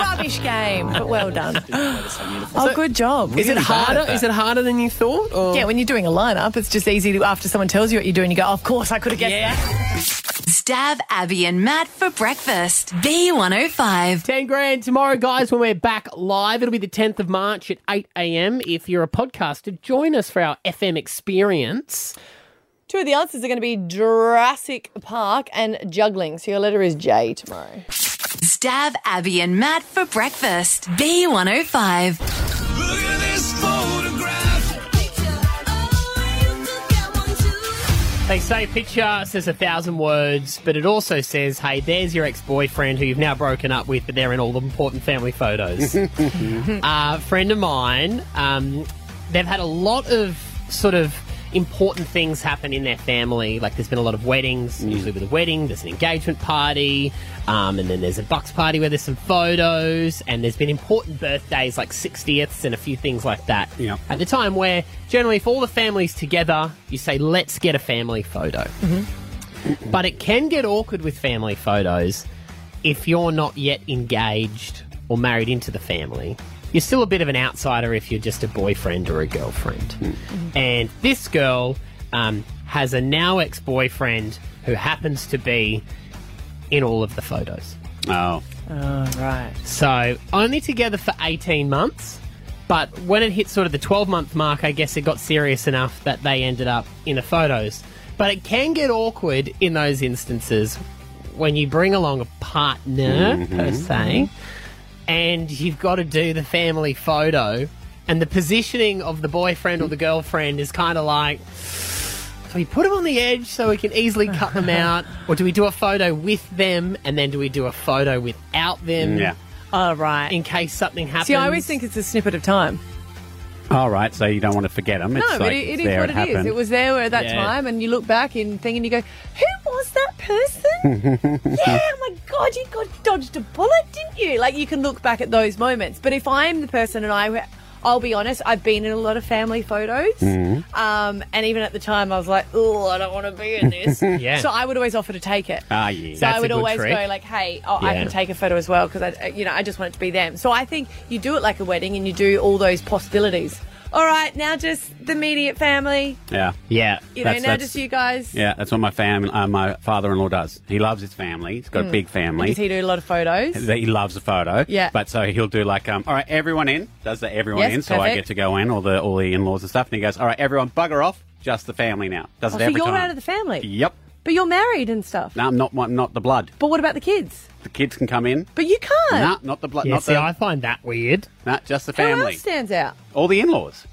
S3: Rubbish game, but well done. Oh, good job.
S2: is it harder? Is it harder than you thought? Or?
S3: Yeah, when you're doing a lineup, it's just easy to, after someone tells you what you're doing, you go, of course, I could have guessed that.
S5: Stab Abby and Matt for breakfast. B105.
S2: 10 grand tomorrow, guys, when we're back live. It'll be the 10th of March at 8 a.m. If you're a podcaster, join us for our FM experience.
S3: Two of the answers are going to be Jurassic Park and juggling. So your letter is J tomorrow.
S5: Stab Abby and Matt for breakfast. B105.
S2: They say picture says a thousand words, but it also says, hey, there's your ex boyfriend who you've now broken up with, but they're in all the important family photos. uh, friend of mine, um, they've had a lot of sort of important things happen in their family. Like there's been a lot of weddings. Usually with a wedding, there's an engagement party, um, and then there's a bucks party where there's some photos, and there's been important birthdays like 60ths and a few things like that.
S4: Yeah.
S2: At the time where generally, if all the family's together, you say, "Let's get a family photo." But it can get awkward with family photos if you're not yet engaged or married into the family. You're still a bit of an outsider if you're just a boyfriend or a girlfriend. And this girl um, has a now ex boyfriend who happens to be in all of the photos.
S4: Oh.
S3: Oh, right.
S2: So only together for 18 months. But when it hit sort of the 12 month mark, I guess it got serious enough that they ended up in the photos. But it can get awkward in those instances when you bring along a partner, per se, and you've got to do the family photo, and the positioning of the boyfriend or the girlfriend is kind of like. So we put them on the edge so we can easily cut them out, or do we do a photo with them and then do we do a photo without them?
S4: Yeah.
S3: Oh, right.
S2: In case something happens.
S3: See, I always think it's a snippet of time.
S4: All right, so you don't want to forget him. It's
S3: no,
S4: like
S3: but it, it is
S4: there it
S3: what it is.
S4: happened.
S3: It was there at that
S4: Yeah.
S3: time, and you look back in thing and you go, "Who was that person?" yeah, my God, you got dodged a bullet, didn't you? Like you can look back at those moments. But if I'm the person, and I, I'll be honest, I've been in a lot of family photos,
S4: Mhm.
S3: um, and even at the time, I was like, "Oh, I don't want to be in this."
S4: Yeah.
S3: So I would always offer to take it.
S4: Ah, yeah.
S3: So
S4: That's
S3: I
S4: a
S3: would
S4: good
S3: always
S4: trick.
S3: go like, "Hey, oh, I
S4: Yeah.
S3: can take a photo as uh, well because I, you know, I just want it to be them." So I think you do it like a wedding, and you do all those possibilities. All right, now just the immediate family.
S4: Yeah. Yeah.
S3: You know, now just you guys.
S4: Yeah, that's what my fam, uh, my father-in-law does. He loves his family. He's got a
S3: Mm.
S4: big family.
S3: Does he do a lot of photos?
S4: that he loves a photo.
S3: Yeah.
S4: But so he'll do like, um, all right, everyone in. Does the everyone
S3: Yes,
S4: in? So I
S3: perfect.
S4: get to go in, all the all the in-laws and stuff. And he goes, all right, everyone, bugger off. Just the family now. Does
S3: Oh,
S4: it
S3: so
S4: every
S3: you're
S4: time.
S3: out of the family.
S4: Yep.
S3: But you're married and stuff.
S4: No, I'm not. I'm Not the blood.
S3: But what about the kids?
S4: The kids can come in.
S3: But you can't.
S4: Nah, not the blood.
S2: Yeah,
S4: not
S2: see,
S4: the,
S2: I find that weird.
S4: Nah, just the
S3: Who
S4: family.
S3: else stands out?
S4: All the in-laws.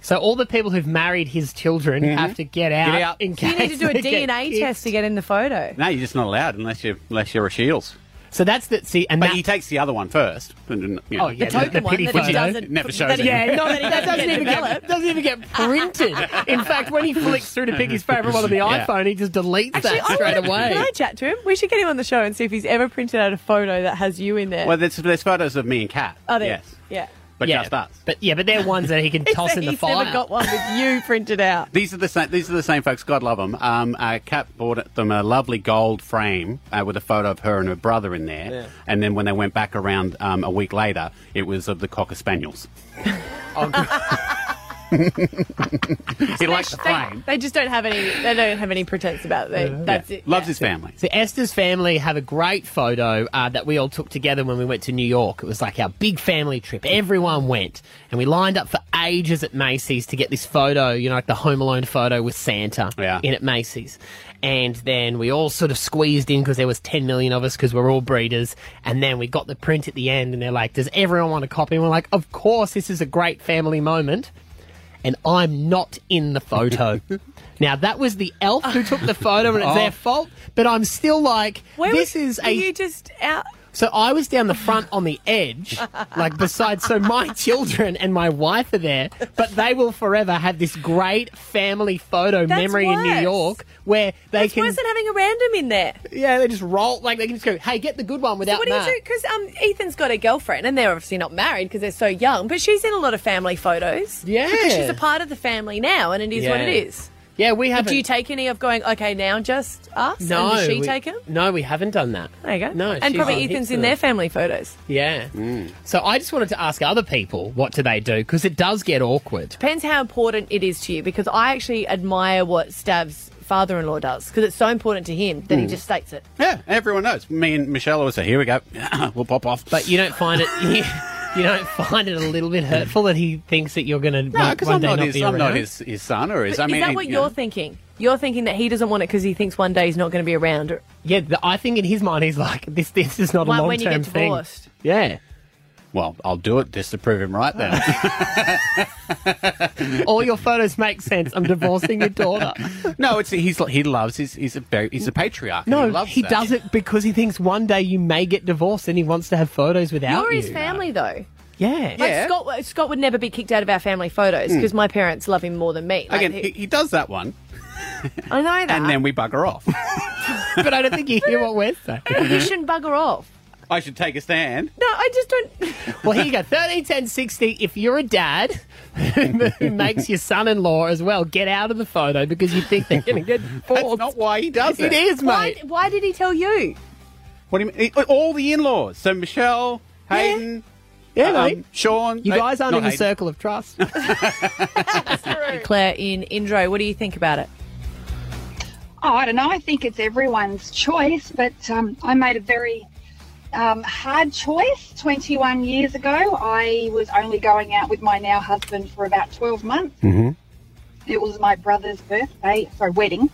S2: So all the people who've married his children
S4: Mhm.
S2: have to get out,
S4: Get out.
S2: in
S3: So
S2: case
S3: you need to do a
S2: they get
S3: DNA
S2: kicked.
S3: test to get in the photo.
S4: No, you're just not allowed unless you unless you're a Shields.
S2: So that's the see, and
S4: but he takes the other one first. And, you know,
S2: Oh, yeah, The the- token the one pity that he photo. doesn't-
S4: never shows.
S2: that he- yeah,
S4: anyone.
S2: no, that he doesn't
S3: Doesn't
S2: even get, doesn't even get printed. In fact, when he flicks through to pick his favourite one on the
S3: Yeah.
S2: iPhone, he just deletes
S3: Actually,
S2: that
S3: I
S2: straight
S3: wanna-
S2: away.
S3: Can I chat to him? We should get him on the show and see if he's ever printed out a photo that has you in there.
S4: Well, there's, there's photos of me and Kat.
S3: Oh, there.
S4: Yes,
S3: Yeah.
S4: but
S2: Yeah,
S4: just us.
S2: But yeah, but they're ones that he can toss
S3: So
S2: in the
S3: he's
S2: fire.
S3: never got one with you printed out.
S4: These are the same. These are the same folks. God love them. Um, uh, Kat bought them a lovely gold frame uh, with a photo of her and her brother in there.
S2: Yeah.
S4: And then when they went back around um, a week later, it was of the cocker spaniels.
S2: Oh,
S4: he likes the frame.
S3: They just don't have any. They don't have any pretense about it. They- That's it.
S4: Loves his family.
S2: So Esther's family have a great photo uh, that we all took together when we went to New York. It was like our big family trip. Everyone went, and we lined up for ages at Macy's to get this photo. You know, like the Home Alone photo with Santa in at Macy's. And then we all sort of squeezed in because there was 10 million of us because we're all breeders. And then we got the print at the end, and they're like, "Does everyone want a copy?" And we're like, "Of course, this is a great family moment." and I'm not in the photo. now that was the elf who took the photo, and it's
S3: Oh.
S2: their fault. But I'm still like,
S3: Where
S2: this
S3: was-
S2: is
S3: were
S2: a.
S3: you just out?
S2: so I was down the front on the edge, like beside. So my children and my wife are there, but they will forever have this great family photo
S3: That's
S2: memory in New
S3: worse.
S2: York where they
S3: That's
S2: can.
S3: worse than having a random in there.
S2: yeah, they just roll like they can just go. Hey, get the good one
S3: So
S2: without
S3: what do you
S2: that.
S3: do? Because um, Ethan's got a girlfriend, and they're obviously not married because they're so young. But she's in a lot of family photos.
S2: Yeah.
S3: because she's a part of the family now, and it is what
S2: Yeah.
S3: it is.
S2: Yeah, we
S3: But
S2: haven't-
S3: Do you take any of going? Okay, now just us.
S2: No,
S3: and does she
S2: we-
S3: take them?
S2: No, we haven't done that.
S3: There you go.
S2: No,
S3: and
S2: she's
S3: probably
S2: done heaps
S3: Ethan's
S2: of
S3: in their
S2: them.
S3: family photos.
S2: Yeah. So I just wanted to ask other people what do they do because it does get awkward.
S3: Depends how important it is to you because I actually admire what Stav's father-in-law does because it's so important to him that he
S4: Mm.
S3: just states it.
S4: Yeah, everyone knows. Me and Michelle always say, "Here we go, we'll pop off."
S2: But you don't find it. You, you don't find it a little bit hurtful that he thinks that you're going to
S4: no,
S2: one,
S4: because
S2: one
S4: I'm
S2: day
S4: not,
S2: not
S4: his.
S2: be
S4: I'm not
S2: around.
S4: his, his son or his.
S3: But
S4: I mean,
S3: is that what
S4: you
S3: you're
S4: know.
S3: thinking? You're thinking that he doesn't want it because he thinks one day he's not going to be around. Or,
S2: Yeah, th I think in his mind he's like this. This is not
S3: Like
S2: a long
S3: when you get
S2: term thing.
S3: divorced.
S2: Yeah.
S4: Well, I'll do it just to prove him right then.
S2: All your photos make sense. I'm divorcing your daughter.
S4: no, it's he's he loves his he's a very, he's a patriarch.
S2: No,
S4: he,
S2: he,
S4: loves that.
S2: does it because he thinks one day you may get divorced and he wants to have photos without
S3: You're
S2: you.
S3: his family though.
S2: Yeah.
S3: Like Scott, Scott would never be kicked out of our family photos
S4: Mm.
S3: because my parents love him more than me. Like,
S4: Again, he, he does that one,
S3: I know that,
S4: and then we bugger off.
S2: but I don't think you hear what we're
S3: But he shouldn't bugger off.
S4: I should take a stand.
S3: No, I just don't.
S2: Well, here you go. 13, 10, 60. If you're a dad who who makes your son in law as well, get out of the photo because you think they're going to get divorced. That's not
S4: why he does
S2: It is,
S3: Why-
S2: mate.
S3: Why, did he tell you?
S4: What do you mean? All the in-laws. So Michelle, Hayden,
S2: yeah,
S4: um, Sean.
S2: You
S4: eh,
S2: guys aren't
S4: not
S2: in the
S4: Hayden.
S2: circle of trust.
S3: Claire in Indro, what do you think about it?
S20: Oh, I don't know. I think it's everyone's choice, but um, I made a very um, hard choice 21 years ago. I was only going out with my now husband for about 12 months. It was my brother's birthday, sorry, wedding.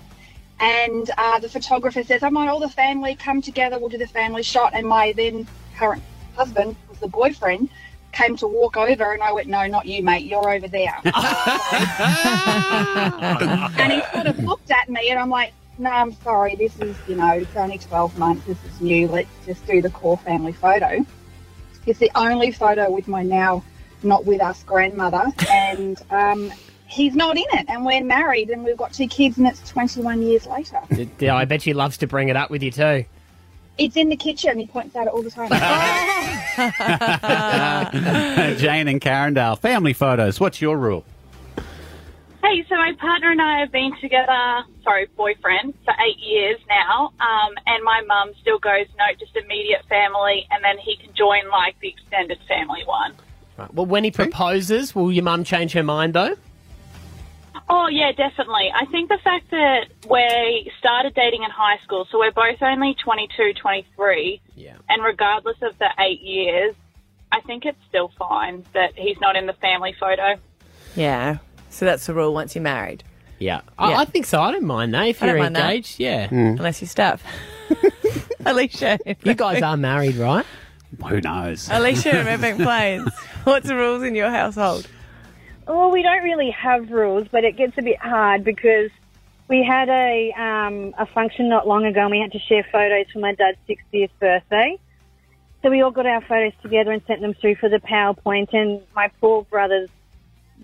S20: And uh, the photographer says, I want all the family come together, we'll do the family shot. And my then current husband, who was the boyfriend, came to walk over, and I went, No, not you, mate, you're over there. and he sort of looked at me, and I'm like, No, I'm sorry, this is, you know, it's only 12 months, this is new, let's just do the core family photo. It's the only photo with my now not with us grandmother, and um, he's not in it, and we're married, and we've got two kids, and it's 21 years later.
S2: yeah, I bet she loves to bring it up with you too.
S20: It's in the kitchen. He points at it all the time.
S4: Jane and Carindale, family photos. What's your rule?
S21: Hey, so my partner and I have been together, sorry, boyfriend, for eight years now. Um, and my mum still goes, no, just immediate family, and then he can join like the extended family one.
S2: Right. Well, when he proposes, will your mum change her mind though?
S21: Oh yeah, definitely. I think the fact that we started dating in high school, so we're both only 22, 23,
S2: yeah.
S21: and regardless of the eight years, I think it's still fine that he's not in the family photo.
S3: Yeah. So that's the rule once you're married.
S2: Yeah. I,
S3: Yeah.
S2: I think so. I don't mind that. If
S3: I don't
S2: you're
S3: mind that. Hmm.
S2: engaged, yeah.
S3: Unless you stuff. Alicia.
S2: You guys are married, right?
S4: Who knows?
S3: Alicia and Redbank Plains. What's the rules in your household?
S22: Well, we don't really have rules, but it gets a bit hard because we had a um, a function not long ago, and we had to share photos for my dad's 60th birthday. So we all got our photos together and sent them through for the PowerPoint. And my poor brother's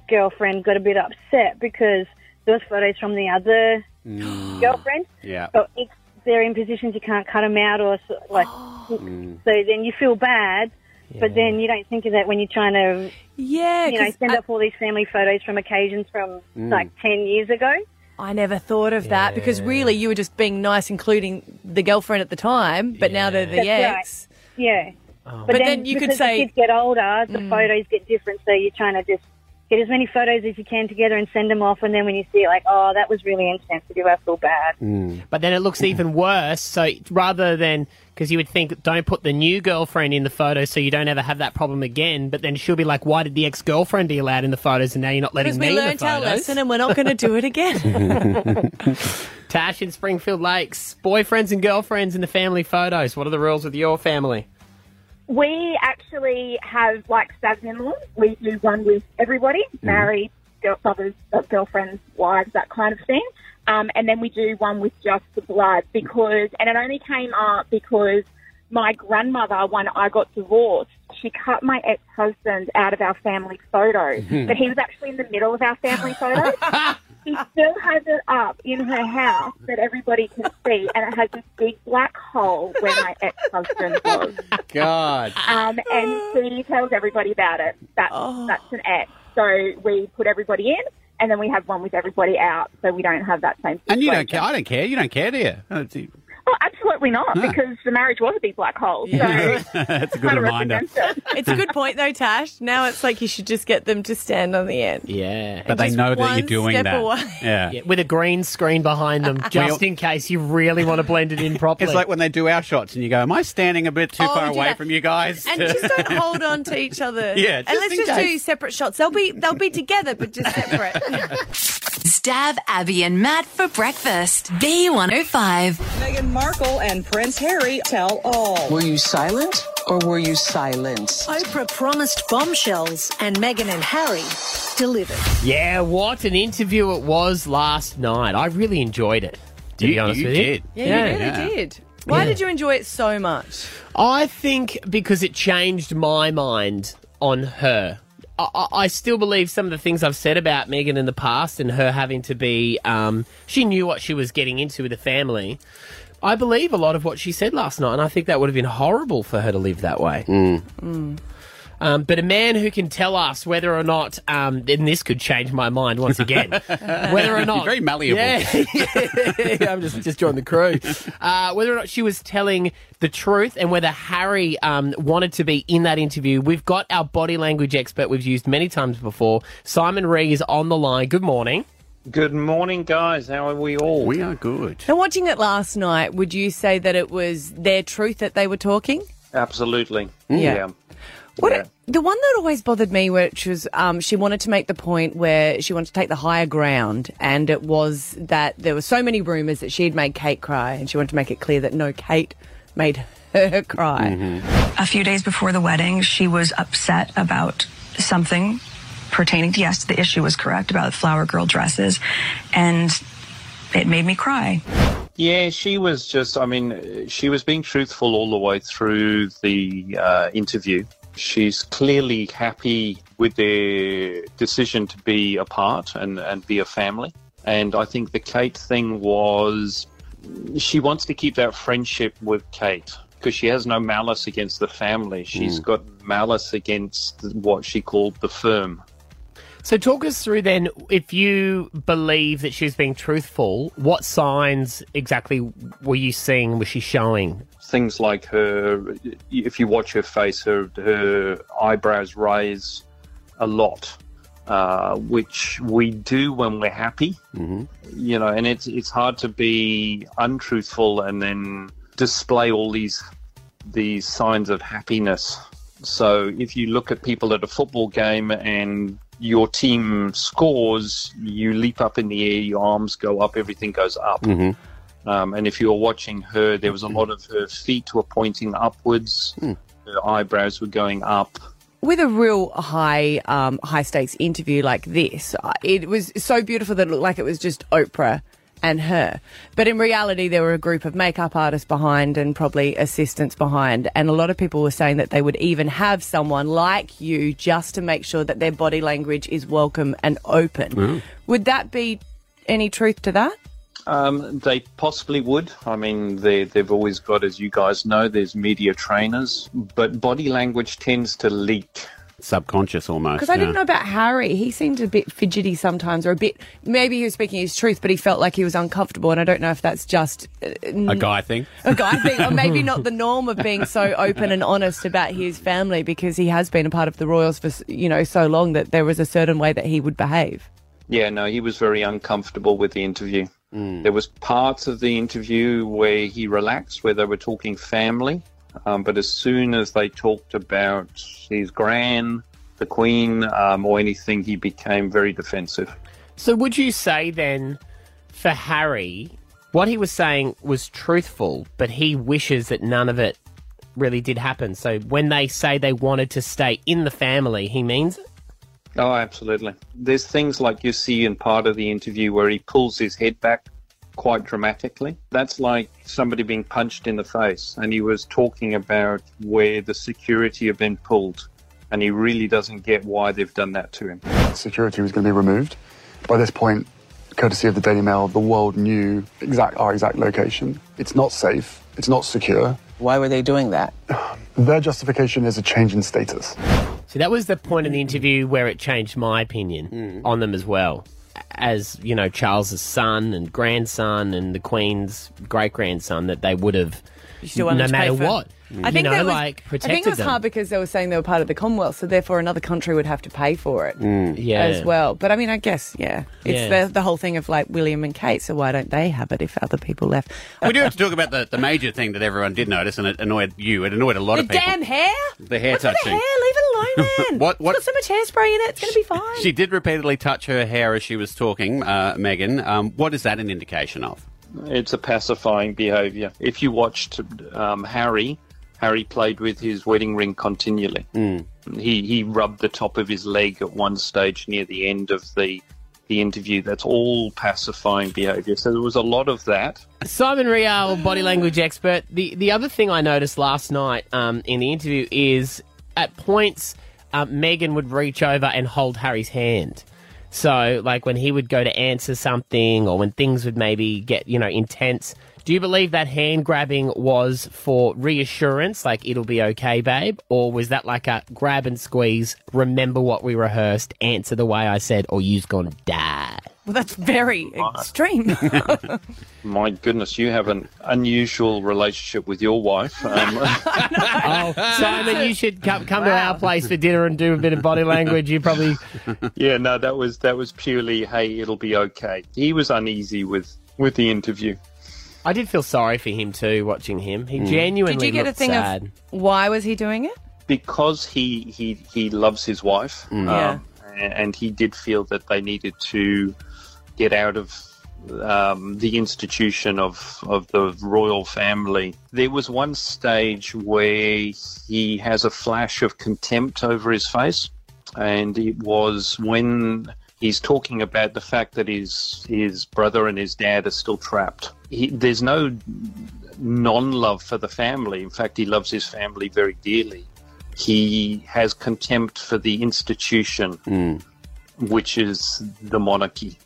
S22: girlfriend got a bit upset because there was photos from the other
S12: Mm.
S22: girlfriend.
S4: Yeah.
S22: But if they're in positions you can't cut them out, or so, like,
S4: Mm.
S22: so then you feel bad. But then you don't think of that when you're trying to,
S3: yeah,
S22: you know,
S3: 'cause
S22: send
S3: I-
S22: up all these family photos from occasions from
S3: Mm.
S22: like ten years ago.
S3: I never thought of that because really you were just being nice, including the girlfriend at the time, but now they're the
S22: That's right.
S3: ex. Oh.
S22: Yeah.
S4: Oh.
S3: But then you could
S22: because
S3: say-
S22: the kids get older, the
S3: Mm.
S22: photos get different. So you're trying to just get as many photos as you can together and send them off. And then when you see it, like, oh, that was really insensitive. I feel bad.
S2: But then it looks even worse. So rather than because you would think, don't put the new girlfriend in the photo so you don't ever have that problem again. But then she'll be like, why did the ex girlfriend be allowed in the photos and now you're not letting
S3: Because
S2: me
S3: we
S2: in the
S3: learned our
S2: photos?
S3: lesson and we're not going to do it again.
S2: Tash in Springfield Lakes, boyfriends and girlfriends in the family photos. What are the rules with your family?
S23: We actually have like seven in-laws. We do one with everybody, married, girl, brothers, uh, girlfriends, wives, that kind of thing. Um, and then we do one with just the blood because, and it only came up because my grandmother, when I got divorced, she cut my ex-husband out of our family photo,
S22: Mhm.
S23: but he was actually in the middle of our family photo. she still has it up in her house that everybody can see, and it has this big black hole where my ex-husband was.
S2: God.
S23: Um, and she tells everybody about it. That's, that's an X. So we put everybody in, and then we have one with everybody out, so we don't have that same.
S4: And you
S23: situation.
S4: don't care. I don't care. You don't care, do you? Oh, it's-
S23: Oh, absolutely not,
S4: No.
S23: because the marriage was a big black hole. So
S4: That's a good reminder.
S3: it's a good point though, Tash. Now it's like you should just get them to stand on the end.
S2: Yeah.
S4: But they
S3: just
S4: know that
S3: one
S4: you're doing
S3: step
S4: that.
S3: away.
S4: Yeah.
S2: With a green screen behind them, just
S4: We-
S2: in case you really want to blend it in properly.
S4: It's like when they do our shots and you go, Am I standing a bit too
S3: Oh,
S4: far
S3: we do
S4: away
S3: that.
S4: from you guys?
S3: And just don't hold on to each other.
S4: Yeah,
S3: and
S4: just
S3: let's
S4: in
S3: just do
S4: case.
S3: separate shots. They'll be they'll be together, but just separate.
S5: Stab Abby and Matt for breakfast. B105.
S10: Meghan Markle and Prince Harry tell all.
S13: Were you silent or were you silenced?
S10: Oprah promised bombshells and Meghan and Harry delivered.
S2: Yeah, what an interview it was last night. I really enjoyed it. To be honest
S4: you
S2: with
S4: did.
S2: you.
S3: Yeah, you really did. Why
S2: Yeah.
S3: did you enjoy it so much?
S2: I think because it changed my mind on her. I, I- I still believe some of the things I've said about Megan in the past and her having to be. Um, she knew what she was getting into with the family. I believe a lot of what she said last night, and I think that would have been horrible for her to live that way.
S7: Hmm.
S2: Um, but a man who can tell us whether or not, um, and this could change my mind once again, whether or
S4: You're
S2: not
S4: very malleable.
S2: Yeah, I'm just just joined the crew. Uh, whether or not she was telling the truth, and whether Harry um, wanted to be in that interview, we've got our body language expert we've used many times before, Simon Ree, is on the line. Good morning.
S24: Good morning, guys. How are we all?
S4: We are good.
S3: Now, watching it last night, would you say that it was their truth that they were talking?
S24: Absolutely.
S4: Mm.
S3: Yeah.
S24: Yeah.
S3: What the one that always bothered me, which was um, she wanted to make the point where she wanted to take the higher ground, and it was that there were so many rumours that she had made Kate cry, and she wanted to make it clear that no, Kate made her cry.
S12: Mm-hmm.
S11: A few days before the wedding, she was upset about something pertaining to, yes, the issue was correct about flower girl dresses, and it made me cry.
S24: Yeah, she was just, I mean, she was being truthful all the way through the uh, interview. She's clearly happy with their decision to be apart and, and be a family. And I think the Kate thing was she wants to keep that friendship with Kate because she has no malice
S4: Mm.
S24: against the family. She's got malice against what she called the firm.
S2: So talk us through then if you believe that she was being truthful, what signs exactly were you seeing was she showing?
S24: things like her if you watch her face her her eyebrows raise a lot uh, which we do when we're happy mm-hmm. you know and it's it's hard to be untruthful and then display all these these signs of happiness so if you look at people at a football game and your team scores you leap up in the air your arms go up everything goes up
S7: Mm-hmm.
S24: um, and if you were watching her, there was a lot of her feet were pointing upwards,
S4: Hmm.
S24: her eyebrows were going up.
S3: with a real high um, high stakes interview like this, I- it was so beautiful that it looked like it was just Oprah and her. But in reality, there were a group of makeup artists behind and probably assistants behind. And a lot of people were saying that they would even have someone like you just to make sure that their body language is welcome and open.
S4: Hmm.
S24: Mm.
S3: Would that be any truth to that?
S24: Um, they possibly would. I mean, they, they've always got, as you guys know, there's media trainers, but body language tends to leak.
S4: Subconscious almost.
S3: Because I didn't know about Harry. He seemed a bit fidgety sometimes, or a bit. Maybe he was speaking his truth, but he felt like he was uncomfortable. And I don't know if that's just uh,
S4: A guy thing.
S3: a guy thing, or maybe not the norm of being so open and honest about his family because he has been a part of the royals for you know so long that there was a certain way that he would behave.
S24: Yeah, no, he was very uncomfortable with the interview. There was parts of the interview where he relaxed, where they were talking family, um, but as soon as they talked about his gran, the queen, um, or anything, he became very defensive.
S2: So would you say then for Harry, what he was saying was truthful, but he wishes that none of it really did happen. So when they say they wanted to stay in the family, he means it?
S24: Oh, absolutely. There's things like you see in part of the interview where he pulls his head back quite dramatically. That's like somebody being punched in the face. And he was talking about where the security have been pulled. And he really doesn't get why they've done that to him.
S14: Security was going to be removed. By this point, courtesy of the Daily Mail, the world knew exact our exact location. It's not safe. It's not secure. Why were they doing that? Their justification is a change in status.
S2: So that was the point in the interview where it changed my opinion on them as well. As, you know, Charles's son and grandson and the Queen's great grandson, that they would have,
S3: Still
S2: no
S3: wanted to pay
S2: matter
S3: for it.
S2: what,
S3: I think
S2: you know,
S3: that was,
S2: like protected
S3: I think it was
S2: them.
S3: hard because they were saying they were part of the Commonwealth, so therefore another country would have to pay for it
S2: Mm. Yeah.
S3: as well. But I mean, I guess yeah, it's
S4: Yeah.
S3: The, the whole thing of like William and Kate. So why don't they have it if other people left?
S4: We do have to talk about the, the major thing that everyone did notice, and it annoyed you. It annoyed a lot of
S3: the
S4: people.
S3: damn hair.
S4: the hair
S3: What's with the
S4: touching.
S3: hair? Leave it alone, man.
S4: What- what-
S3: It's got so much hairspray in it. It's going to be fine.
S4: She did repeatedly touch her hair as she was talking, uh, Megan. Um, what is that an indication of?
S24: It's a pacifying behavior. If you watched um, Harry, Harry played with his wedding ring continually. He he rubbed the top of his leg at one stage near the end of the the interview. That's all pacifying behavior. So there was a lot of that.
S2: Simon Rial, body language expert. The the other thing I noticed last night um, in the interview is at points uh, Megan would reach over and hold Harry's hand. So like when he would go to answer something, or when things would maybe get you know intense. Do you believe that hand grabbing was for reassurance, like it'll be okay, babe, or was that like a grab and squeeze? Remember what we rehearsed. Answer the way I said, or you's gonna die.
S3: Well, that's very extreme.
S24: My goodness, you have an unusual relationship with your wife. Um,
S2: oh, Simon, you should come come to our place for dinner and do a bit of body language. You probably
S24: yeah, no, that was that was purely hey, it'll be okay. He was uneasy with with the interview.
S2: I did feel sorry for him too, watching him. He
S24: Mm.
S2: genuinely
S3: Did you get a
S2: looked
S3: thing
S2: sad.
S3: of why was he doing it?
S24: because he he he loves his wife, um,
S2: Mm.
S3: Yeah.
S24: a- and he did feel that they needed to get out of um, the institution of of the royal family. There was one stage where he has a flash of contempt over his face, and it was when. He's talking about the fact that his his brother and his dad are still trapped. He, there's no non-love for the family. In fact, he loves his family very dearly. He has contempt for the institution,
S2: Hmm.
S24: which is the monarchy.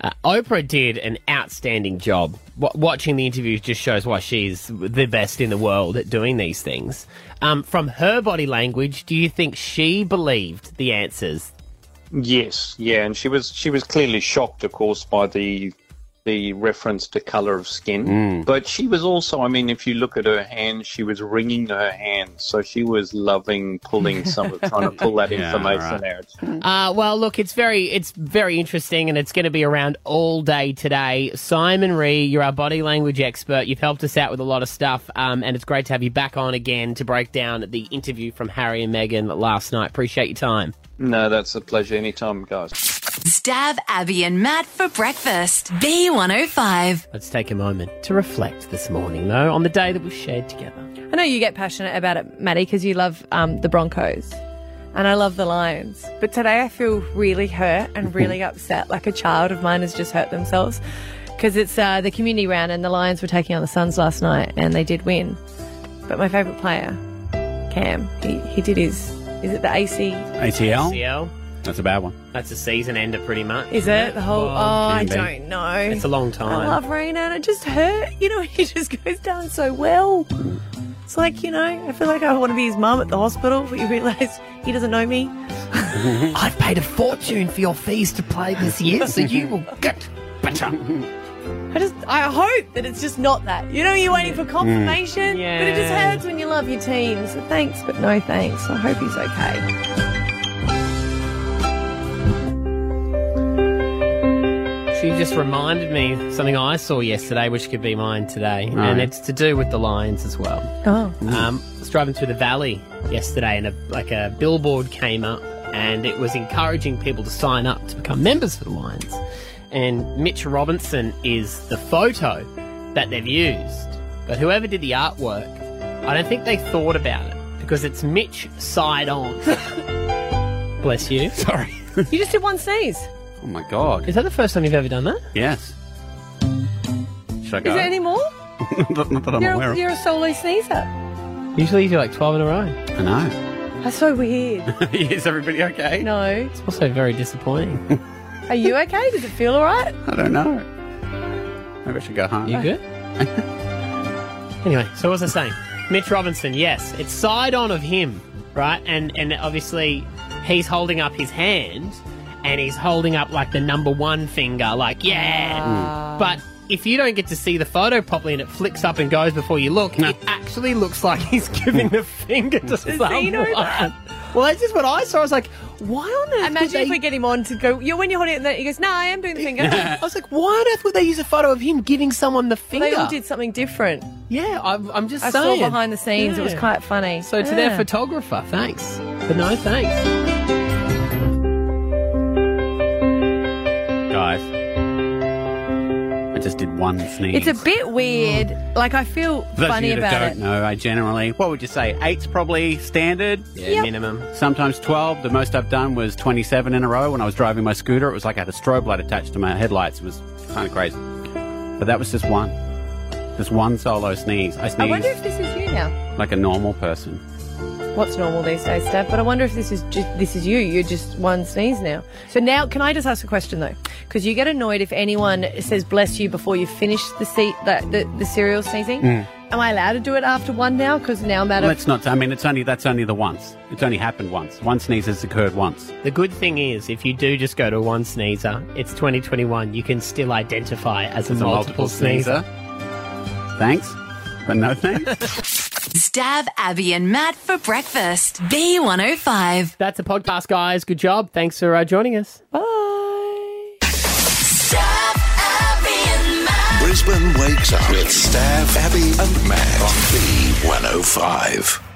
S2: Uh, Oprah did an outstanding job. W- watching the interview just shows why she's the best in the world at doing these things. Um, from her body language, do you think she believed the answers
S24: Yes, yeah, and she was she was clearly shocked, of course, by the the reference to color of skin.
S2: Hmm.
S24: But she was also, I mean, if you look at her hand, she was wringing her hand, so she was loving pulling some, of trying to pull that
S2: Yeah,
S24: information
S2: right.
S24: out.
S2: Uh, well, look, it's very, it's very interesting, and it's going to be around all day today. Simon Ree, you're our body language expert. You've helped us out with a lot of stuff, um, and it's great to have you back on again to break down the interview from Harry and Meghan last night. Appreciate your time.
S24: No, that's a pleasure. Anytime, guys.
S5: Stab Abby and Matt for breakfast. B105.
S2: Let's take a moment to reflect this morning, though, on the day that we've shared together.
S3: I know you get passionate about it, Maddie, because you love um, the Broncos. And I love the Lions. But today I feel really hurt and really upset, like a child of mine has just hurt themselves. Because it's uh, the community round and the Lions were taking on the Suns last night and they did win. But my favourite player, Cam, he, he did his, is it the AC?
S4: ATL?
S2: ATL.
S4: That's a bad one.
S2: That's a season ender, pretty much.
S3: Is it the whole? Oh, I
S2: Can be.
S3: don't know.
S2: It's a long
S3: I
S2: time.
S3: love Raina, and it just hurt. You know, he just goes down so well. It's like you know, I feel like I want to be his mum at the hospital, but you realise he doesn't know me.
S2: I've paid a fortune for your fees to play this year, so you will get better.
S3: I just, I hope that it's just not that. You know, you're waiting
S4: Mm.
S3: for confirmation, but it just
S2: Yeah.
S3: hurts when you love your team. So thanks, but no thanks. I hope he's okay.
S2: She just reminded me of something I saw yesterday, which could be mine today,
S4: Right.
S2: and it's to do with the lions as well.
S3: Oh.
S2: Um, I was driving through the valley yesterday, and a, like a billboard came up, and it was encouraging people to sign up to become members for the Lions. And Mitch Robinson is the photo that they've used, but whoever did the artwork, I don't think they thought about it because it's Mitch side on. Bless you. Sorry.
S3: you just did one sneeze.
S4: Oh my god.
S2: Is that the first time you've ever done that?
S4: Yes. Should I
S3: Is
S4: go?
S3: there any more?
S4: not, not that I'm
S3: you're,
S4: aware
S3: a,
S4: of.
S3: you're a solo sneezer.
S2: Usually you do like 12 in a row.
S4: I know.
S3: That's so weird.
S4: Is everybody okay?
S3: No.
S2: It's also very disappointing.
S3: Are you okay? Does it feel all right?
S4: I don't know. Maybe I should go home.
S2: You good? anyway, so what was I saying? Mitch Robinson, yes. It's side on of him, right? And and obviously he's holding up his hand and he's holding up like the number one finger, like, yeah.
S4: Mm.
S2: But if you don't get to see the photo properly and it flicks up and goes before you look, it actually looks like he's giving
S4: Mm.
S2: the finger to someone.
S3: Zeno that?
S2: Well, that's just what I saw. I was like, why on earth?
S3: Imagine if we get him on to go. You're when you're holding it, and then he goes, "No, I am doing the finger."
S2: I was like, why on earth would they use a photo of him giving someone the finger?
S3: They all did something different.
S2: Yeah, I'm, I'm just
S3: I
S2: saying.
S3: saw behind the scenes. It was
S2: Yeah.
S3: quite funny.
S2: So to their
S3: Yeah.
S2: photographer, thanks. But no thanks.
S4: Guys. I just did one sneeze.
S3: It's a bit weird. Like I feel
S4: For Those
S3: funny
S4: of you that
S3: about
S4: don't
S3: it.
S4: know, I generally, what would you say? Eight's probably standard.
S3: Yeah, Yep.
S2: minimum.
S4: Sometimes 12. The most I've done was 27 in a row when I was driving my scooter. It was like I had a strobe light attached to my headlights. It was kind of crazy. But that was just one. Just one solo sneeze. I
S3: I wonder
S4: sneezed
S3: if this is you now.
S4: like a normal person.
S3: What's normal these days, Steph? But I wonder if this is just, this is you. You're just one sneeze now. So now, can I just ask a question though? Because you get annoyed if anyone says "bless you" before you finish the seat the, the, the cereal sneezing.
S4: Mm.
S3: Am I allowed to do it after one now? Because now I'm out
S4: Well,
S3: of
S4: it's not, I mean, it's only, that's only the once. It's only happened once. One sneeze has occurred once.
S2: The good thing is, if you do just go to one sneezer, it's 2021. You can still identify as a
S4: As a
S2: multiple,
S4: multiple
S2: sneezer.
S4: Thanks, but no thanks.
S5: Stab Abby and Matt for breakfast. B105.
S2: That's a podcast, guys. Good job. Thanks for uh, joining us.
S1: Brisbane wakes up with Stav, Abby, and Matt on B105.